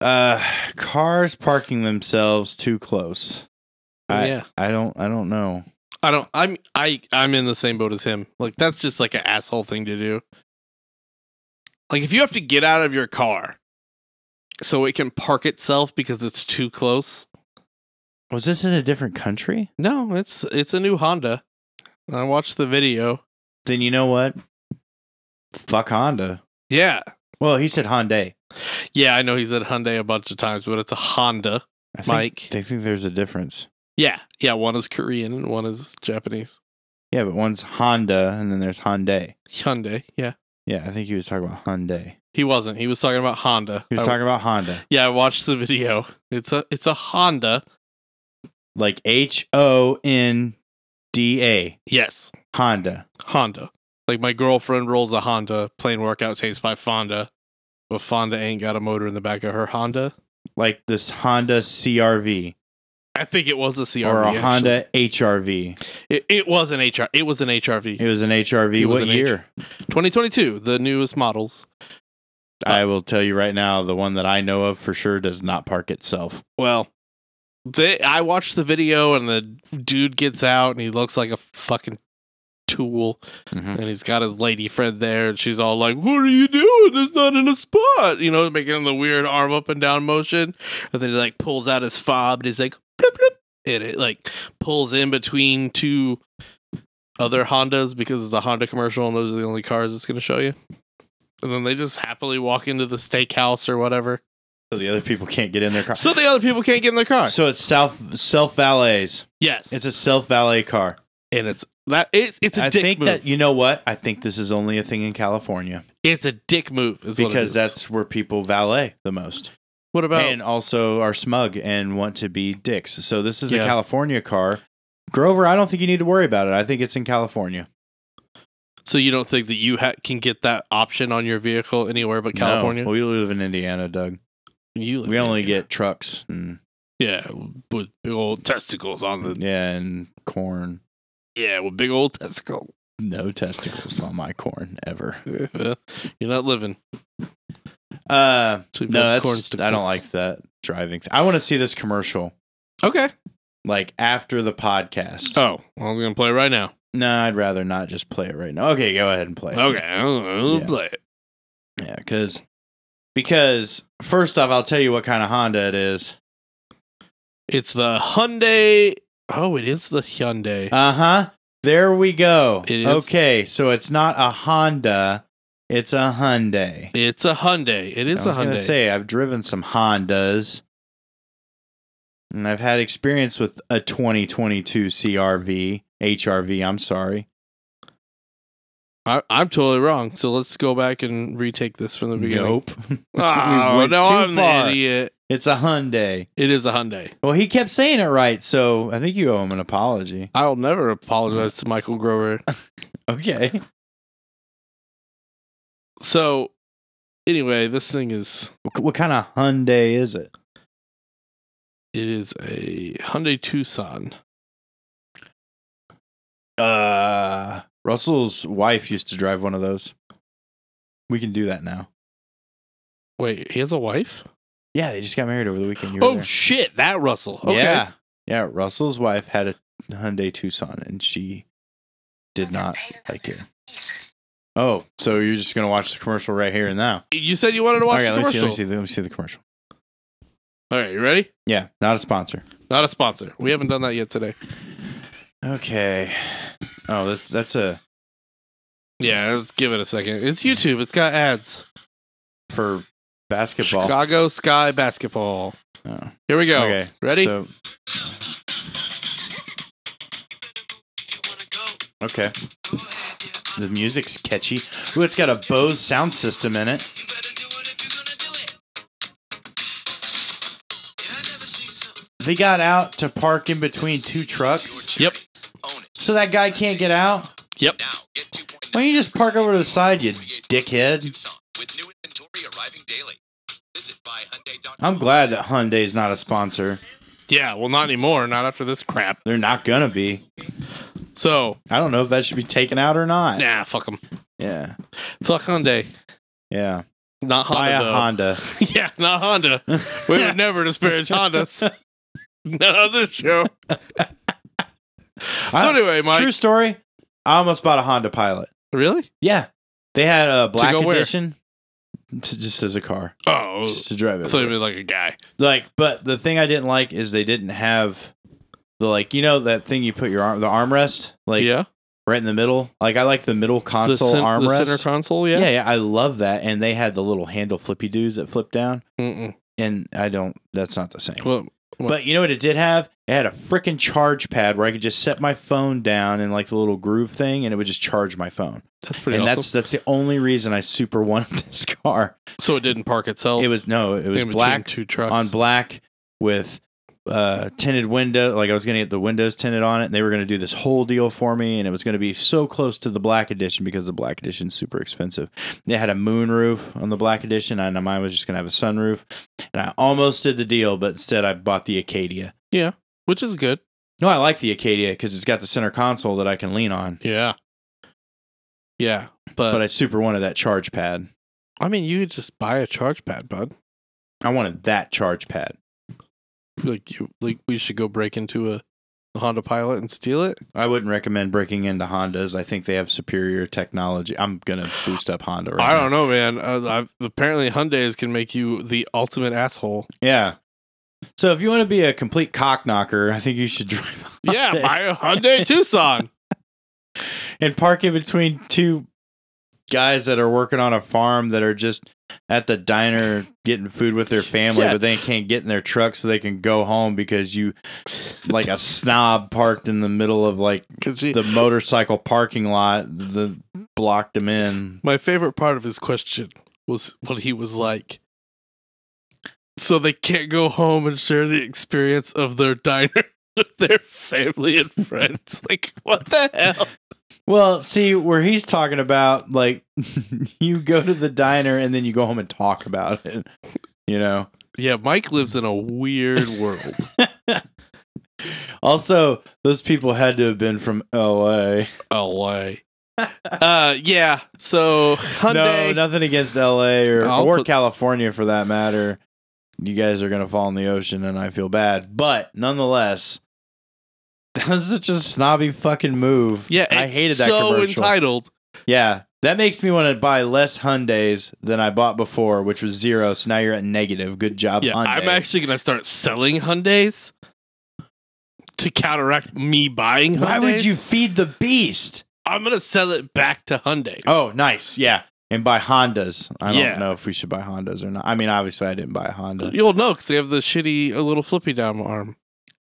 Speaker 2: uh cars parking themselves too close. I
Speaker 1: yeah,
Speaker 2: I don't I don't know.
Speaker 1: I don't. I'm I I'm in the same boat as him. Like that's just like an asshole thing to do. Like if you have to get out of your car, so it can park itself because it's too close.
Speaker 2: Was this in a different country?
Speaker 1: No, it's it's a new Honda. I watched the video.
Speaker 2: Then you know what? Fuck Honda.
Speaker 1: Yeah,
Speaker 2: Well, he said Hyundai.
Speaker 1: yeah. I know he said Hyundai a bunch of times, but it's a Honda.
Speaker 2: I think
Speaker 1: Mike.
Speaker 2: they think there's a difference.
Speaker 1: Yeah, yeah. One is Korean and one is Japanese.
Speaker 2: Yeah, but one's Honda and then there's Hyundai.
Speaker 1: Hyundai. Yeah,
Speaker 2: Yeah, I think he was talking about Hyundai.
Speaker 1: he wasn't. He was talking about Honda.
Speaker 2: He was
Speaker 1: I-
Speaker 2: talking about Honda.
Speaker 1: yeah, I watched the video. It's a it's a Honda.
Speaker 2: Like H O N D A.
Speaker 1: Yes,
Speaker 2: Honda.
Speaker 1: Honda. Like my girlfriend rolls a Honda. Plain workout taste by Fonda, but Fonda ain't got a motor in the back of her Honda.
Speaker 2: Like this Honda CRV,
Speaker 1: I think it was a CRV
Speaker 2: or a
Speaker 1: actually.
Speaker 2: Honda HRV.
Speaker 1: It, it was an HR. It was an HRV.
Speaker 2: It was an HRV.
Speaker 1: It was
Speaker 2: what
Speaker 1: an H-
Speaker 2: year?
Speaker 1: 2022, the newest models.
Speaker 2: I will tell you right now, the one that I know of for sure does not park itself.
Speaker 1: Well, they, I watched the video and the dude gets out and he looks like a fucking tool.
Speaker 2: Mm-hmm. Mm.
Speaker 1: And he's got his lady friend there, and she's all like, "What are you doing? It's not in a spot," you know, making the weird arm up and down motion. And then he like pulls out his fob, and he's like, bloop, bloop, and it like pulls in between two other Hondas because it's a Honda commercial, and those are the only cars it's going to show you. And then they just happily walk into the steakhouse or whatever,
Speaker 2: So the other people can't get in their car. So,
Speaker 1: so the other people can't get in their car.
Speaker 2: it's self self valets.
Speaker 1: yes,
Speaker 2: It's a self valet car.
Speaker 1: and it's that it's it's a
Speaker 2: I
Speaker 1: dick
Speaker 2: think
Speaker 1: move.
Speaker 2: that you know what? I think this is only a thing in California
Speaker 1: it's a dick move, is what it
Speaker 2: because
Speaker 1: is.
Speaker 2: that's where people valet the most,
Speaker 1: what about
Speaker 2: and also are smug and want to be dicks. So this is
Speaker 1: Yeah.
Speaker 2: a California car. Grover, I don't think you need to worry about it. I think it's in California.
Speaker 1: So you don't think that you ha- can get that option on your vehicle anywhere but
Speaker 2: No,
Speaker 1: California?
Speaker 2: we live in Indiana, Doug.
Speaker 1: you live
Speaker 2: We
Speaker 1: in
Speaker 2: only
Speaker 1: Indiana.
Speaker 2: get trucks and
Speaker 1: yeah with big old testicles on the
Speaker 2: yeah, and corn.
Speaker 1: yeah with big old testicle.
Speaker 2: No testicles on my corn ever.
Speaker 1: You're not living.
Speaker 2: Uh,
Speaker 1: So you've
Speaker 2: no,
Speaker 1: had
Speaker 2: that's I
Speaker 1: cornsticles.
Speaker 2: don't like that driving. Th- I want to see this commercial
Speaker 1: Okay.
Speaker 2: like after the podcast.
Speaker 1: Oh, I was gonna play it right now.
Speaker 2: No, I'd rather not just play it right now. Okay, go ahead and play. It.
Speaker 1: Okay, I'll, I'll
Speaker 2: Yeah.
Speaker 1: play it.
Speaker 2: Yeah, because because first off, I'll tell you what kind of Honda it is.
Speaker 1: It's the Hyundai. Oh, it is the Hyundai.
Speaker 2: Uh huh. There we go.
Speaker 1: It is.
Speaker 2: Okay, so it's not a Honda, it's a Hyundai.
Speaker 1: it's a Hyundai. It is
Speaker 2: I
Speaker 1: a
Speaker 2: was gonna
Speaker 1: Hyundai.
Speaker 2: say I've driven some Hondas, and I've had experience with a 2022 CRV HRV. I'm sorry.
Speaker 1: I, I'm totally wrong. So let's go back and retake this from the beginning.
Speaker 2: Nope. We
Speaker 1: Oh
Speaker 2: went
Speaker 1: no,
Speaker 2: too
Speaker 1: I'm
Speaker 2: far.
Speaker 1: the idiot.
Speaker 2: It's a Hyundai.
Speaker 1: It is a Hyundai.
Speaker 2: Well, he kept saying it right, so I think you owe him an apology.
Speaker 1: I'll never apologize to Michael Grover.
Speaker 2: Okay.
Speaker 1: So, anyway, this thing is
Speaker 2: What, what kind of Hyundai is it?
Speaker 1: it is a Hyundai Tucson.
Speaker 2: Uh, Russell's wife used to drive one of those. We can do that now.
Speaker 1: Wait, he has a wife?
Speaker 2: Yeah, they just got married over the weekend. You were
Speaker 1: Oh
Speaker 2: there.
Speaker 1: shit, that Russell. Okay.
Speaker 2: Yeah. Yeah. Russell's wife had a Hyundai Tucson and she did not like it. Oh, so you're just going to watch the commercial right here and now?
Speaker 1: You said you wanted to watch
Speaker 2: Okay,
Speaker 1: the
Speaker 2: let me, see,
Speaker 1: commercial.
Speaker 2: let, me see, let me see the commercial.
Speaker 1: All right, you ready?
Speaker 2: Yeah, not a sponsor.
Speaker 1: Not a sponsor. We haven't done that yet today.
Speaker 2: Okay. Oh, that's that's a
Speaker 1: Yeah, let's give it a second. It's YouTube. It's got ads.
Speaker 2: for basketball.
Speaker 1: Chicago Sky Basketball.
Speaker 2: Oh,
Speaker 1: Here we go.
Speaker 2: Okay,
Speaker 1: Ready?
Speaker 2: so- okay. The music's catchy. Ooh, it's got a Bose sound system in it. They got out to park in between two trucks,
Speaker 1: Yep.
Speaker 2: so that guy can't get out.
Speaker 1: Yep.
Speaker 2: Why don't you just park over to the side, you dickhead?
Speaker 4: With new inventory arriving daily. Visit by Hyundai.com.
Speaker 2: I'm glad that Hyundai's not a sponsor.
Speaker 1: Yeah, well, not anymore. Not after this crap.
Speaker 2: They're not gonna be.
Speaker 1: So,
Speaker 2: I don't know if that should be taken out or not.
Speaker 1: nah, fuck them.
Speaker 2: Yeah,
Speaker 1: Fuck Hyundai.
Speaker 2: yeah.
Speaker 1: Not
Speaker 2: Buy a
Speaker 1: Honda. though.
Speaker 2: Honda.
Speaker 1: yeah, not Honda. We would never disparage Hondas. Not on this show. so
Speaker 2: I-
Speaker 1: anyway, Mike.
Speaker 2: True story. I almost bought a Honda Pilot.
Speaker 1: Really?
Speaker 2: Yeah, they had a black
Speaker 1: go where?
Speaker 2: edition, to, just as a car,
Speaker 1: Oh,
Speaker 2: just to drive
Speaker 1: I
Speaker 2: it.
Speaker 1: thought you meant like a guy.
Speaker 2: Like, but the thing I didn't like is they didn't have the like you know that thing you put your arm the armrest like
Speaker 1: yeah,
Speaker 2: right in the middle. Like I like the middle
Speaker 1: the,
Speaker 2: console
Speaker 1: cen- the
Speaker 2: armrest.
Speaker 1: center console.
Speaker 2: yeah.
Speaker 1: Yeah.
Speaker 2: yeah, I love that. And they had the little handle flippy doos that flip down.
Speaker 1: Mm-mm.
Speaker 2: And I don't. That's not the same.
Speaker 1: Well,
Speaker 2: But you know what it did have? It had a freaking charge pad where I could just set my phone down in like the little groove thing, and it would just charge my phone.
Speaker 1: that's pretty
Speaker 2: and
Speaker 1: awesome.
Speaker 2: that's that's the only reason I super wanted this car.
Speaker 1: so it didn't park itself.
Speaker 2: It was no, it
Speaker 1: in
Speaker 2: was
Speaker 1: between
Speaker 2: black
Speaker 1: two trucks
Speaker 2: on black with uh tinted window like i was gonna get the windows tinted on it and they were gonna do this whole deal for me and it was gonna be so close to the black edition because the black edition's super expensive they had a moon roof on the black edition and mine was just gonna have a sunroof and i almost did the deal but instead i bought the acadia
Speaker 1: which is good.
Speaker 2: no i like the acadia because it's got the center console that i can lean on
Speaker 1: Yeah, yeah. But,
Speaker 2: but i super wanted that charge pad
Speaker 1: I, mean, you could just buy a charge pad, bud.
Speaker 2: i wanted that charge pad
Speaker 1: Like you, like we should go break into a, a Honda Pilot and steal it.
Speaker 2: i wouldn't recommend breaking into hondas i think they have superior technology i'm gonna boost up honda right
Speaker 1: I
Speaker 2: now.
Speaker 1: don't know, man. Uh, I've, apparently, Hyundai's can make you the ultimate asshole.
Speaker 2: Yeah. So if you want to be a complete cock knocker, I think you should drive
Speaker 1: Yeah, buy a Hyundai Tucson.
Speaker 2: and park in between two guys that are working on a farm that are just at the diner getting food with their family,
Speaker 1: Yeah.
Speaker 2: but they can't get in their truck so they can go home because you like a snob parked in the middle of like
Speaker 1: Because
Speaker 2: the motorcycle parking lot the blocked them in.
Speaker 1: my favorite part of his question was what he was like. So they can't go home and share the experience of their diner with their family and friends. Like, what the hell?
Speaker 2: Well, see where he's talking about like you go to the diner and then you go home and talk about it. You know?
Speaker 1: Yeah, Mike lives in a weird world.
Speaker 2: Also, those people had to have been from LA.
Speaker 1: LA. Uh, yeah. So
Speaker 2: No,
Speaker 1: Hyundai.
Speaker 2: nothing against LA or,
Speaker 1: I'll
Speaker 2: or
Speaker 1: put-
Speaker 2: California for that matter. You guys are gonna fall in the ocean, and I feel bad. But nonetheless, that was such a snobby fucking move.
Speaker 1: Yeah,
Speaker 2: I
Speaker 1: it's
Speaker 2: hated that
Speaker 1: so
Speaker 2: commercial.
Speaker 1: entitled.
Speaker 2: Yeah, that makes me want to buy less Hyundai's than I bought before, which was zero. So now you're at negative. Good job,
Speaker 1: Yeah,
Speaker 2: Hyundai.
Speaker 1: I'm actually gonna start selling Hyundai's to counteract me buying. Hyundais.
Speaker 2: Why would you feed the beast?
Speaker 1: I'm gonna sell it back to Hyundai's.
Speaker 2: Oh, nice. Yeah. And buy Hondas. I
Speaker 1: Yeah.
Speaker 2: don't know if we should buy Hondas or not. I mean, obviously, I didn't buy a Honda.
Speaker 1: you'll know because they have the shitty uh, little flippy down arm.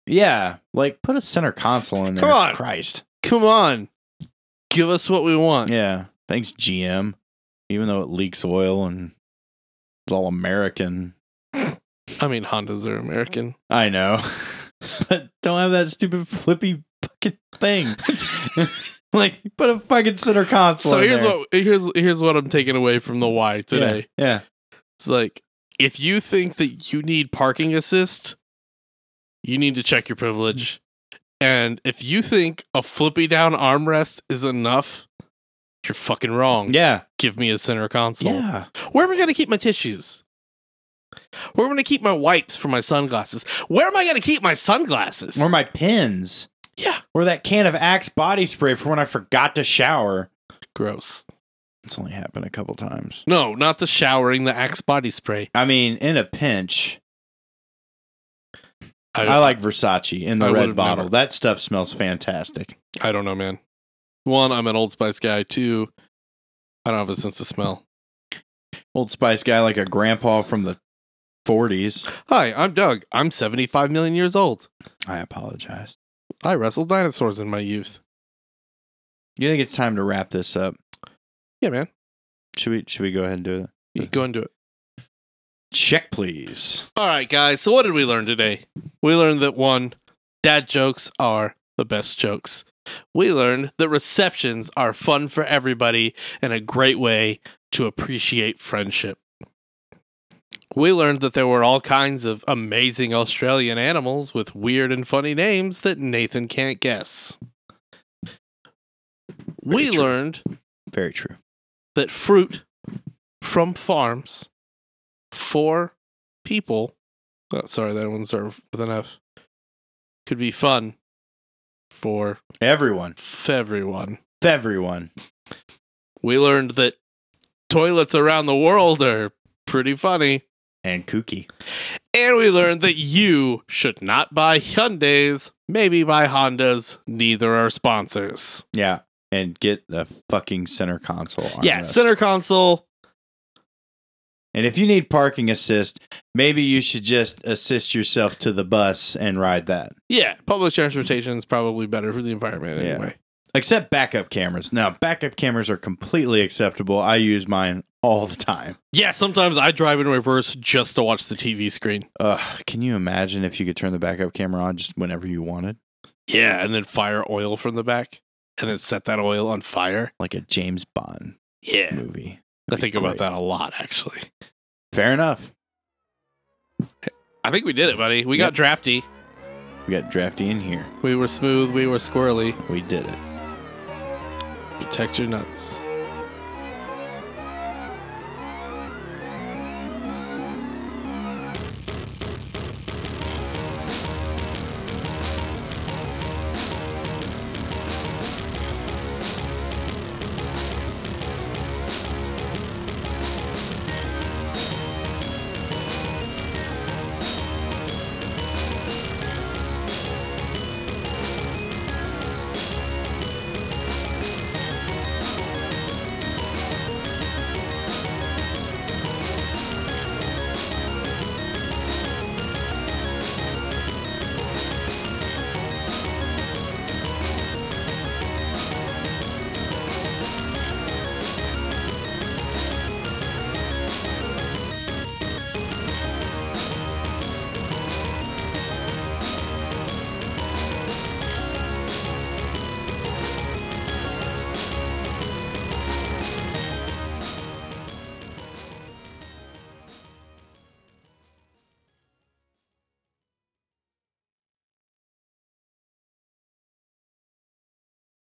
Speaker 2: Yeah. Like, put a center console in there.
Speaker 1: Come on.
Speaker 2: Christ.
Speaker 1: Come on, give us what we want.
Speaker 2: Yeah. Thanks, GM. Even though it leaks oil and it's all American.
Speaker 1: I mean, Hondas are American.
Speaker 2: I know. but don't have that stupid flippy fucking thing. like, put a fucking center console
Speaker 1: So
Speaker 2: in
Speaker 1: here's
Speaker 2: there.
Speaker 1: what here's here's what I'm taking away from the why today.
Speaker 2: Yeah. yeah.
Speaker 1: It's like if you think that you need parking assist, you need to check your privilege. And if you think a flippy down armrest is enough, you're fucking wrong.
Speaker 2: Yeah.
Speaker 1: Give me a center console.
Speaker 2: Yeah.
Speaker 1: Where am I going to keep my tissues? Where am I going to keep my wipes for my sunglasses? Where am I going to keep my sunglasses?
Speaker 2: Or my pins.
Speaker 1: yeah.
Speaker 2: Or that can of Axe body spray for when I forgot to shower.
Speaker 1: Gross.
Speaker 2: It's only happened a couple times.
Speaker 1: No, not the showering, the Axe body spray.
Speaker 2: I mean, in a pinch,
Speaker 1: I,
Speaker 2: I like Versace in the
Speaker 1: I
Speaker 2: red
Speaker 1: would've
Speaker 2: bottle.
Speaker 1: never.
Speaker 2: That stuff smells fantastic.
Speaker 1: I don't know, man. One, I'm an Old Spice guy. Two, I don't have a sense of smell.
Speaker 2: Old Spice guy, like a grandpa from the 40s.
Speaker 1: Hi, I'm Doug. I'm 75 million years old.
Speaker 2: I apologize.
Speaker 1: I wrestled dinosaurs in my youth.
Speaker 2: You think it's time to wrap this up?
Speaker 1: Yeah, man.
Speaker 2: Should we? Should we go ahead and do it?
Speaker 1: You go and do it.
Speaker 2: Check, please.
Speaker 1: All right, guys. So, what did we learn today? We learned that one, dad jokes are the best jokes. We learned that receptions are fun for everybody and a great way to appreciate friendship. We learned that there were all kinds of amazing Australian animals with weird and funny names that Nathan can't guess. we
Speaker 2: true.
Speaker 1: learned
Speaker 2: Very true.
Speaker 1: that fruit from farms for people. Oh, sorry, that one's started with an F. Could be fun for
Speaker 2: Everyone,
Speaker 1: f- everyone.
Speaker 2: everyone.
Speaker 1: We learned that toilets around the world are pretty funny.
Speaker 2: And kooky.
Speaker 1: And we learned that you should not buy Hyundais, maybe buy Hondas. Neither are sponsors.
Speaker 2: Yeah. And get the fucking center console.
Speaker 1: yeah,
Speaker 2: armrest.
Speaker 1: center console.
Speaker 2: And if you need parking assist, maybe you should just assist yourself to the bus and ride that.
Speaker 1: Yeah, public transportation is probably better for the environment
Speaker 2: Yeah.
Speaker 1: anyway.
Speaker 2: Except backup cameras. Now, backup cameras are completely acceptable. I use mine all the time.
Speaker 1: Yeah, sometimes I drive in reverse just to watch the TV screen.
Speaker 2: Ugh, can you imagine if you could turn the backup camera on just whenever you wanted?
Speaker 1: Yeah, and then fire oil from the back and then set that oil on fire.
Speaker 2: Like a James Bond
Speaker 1: Yeah.
Speaker 2: movie.
Speaker 1: I
Speaker 2: That'd be
Speaker 1: think about
Speaker 2: great.
Speaker 1: that a lot actually.
Speaker 2: Fair enough.
Speaker 1: I think we did it, buddy. We got
Speaker 2: Yep.
Speaker 1: drafty.
Speaker 2: We got drafty in here.
Speaker 1: We were smooth, we were squirrely.
Speaker 2: We did it.
Speaker 1: Protect your nuts.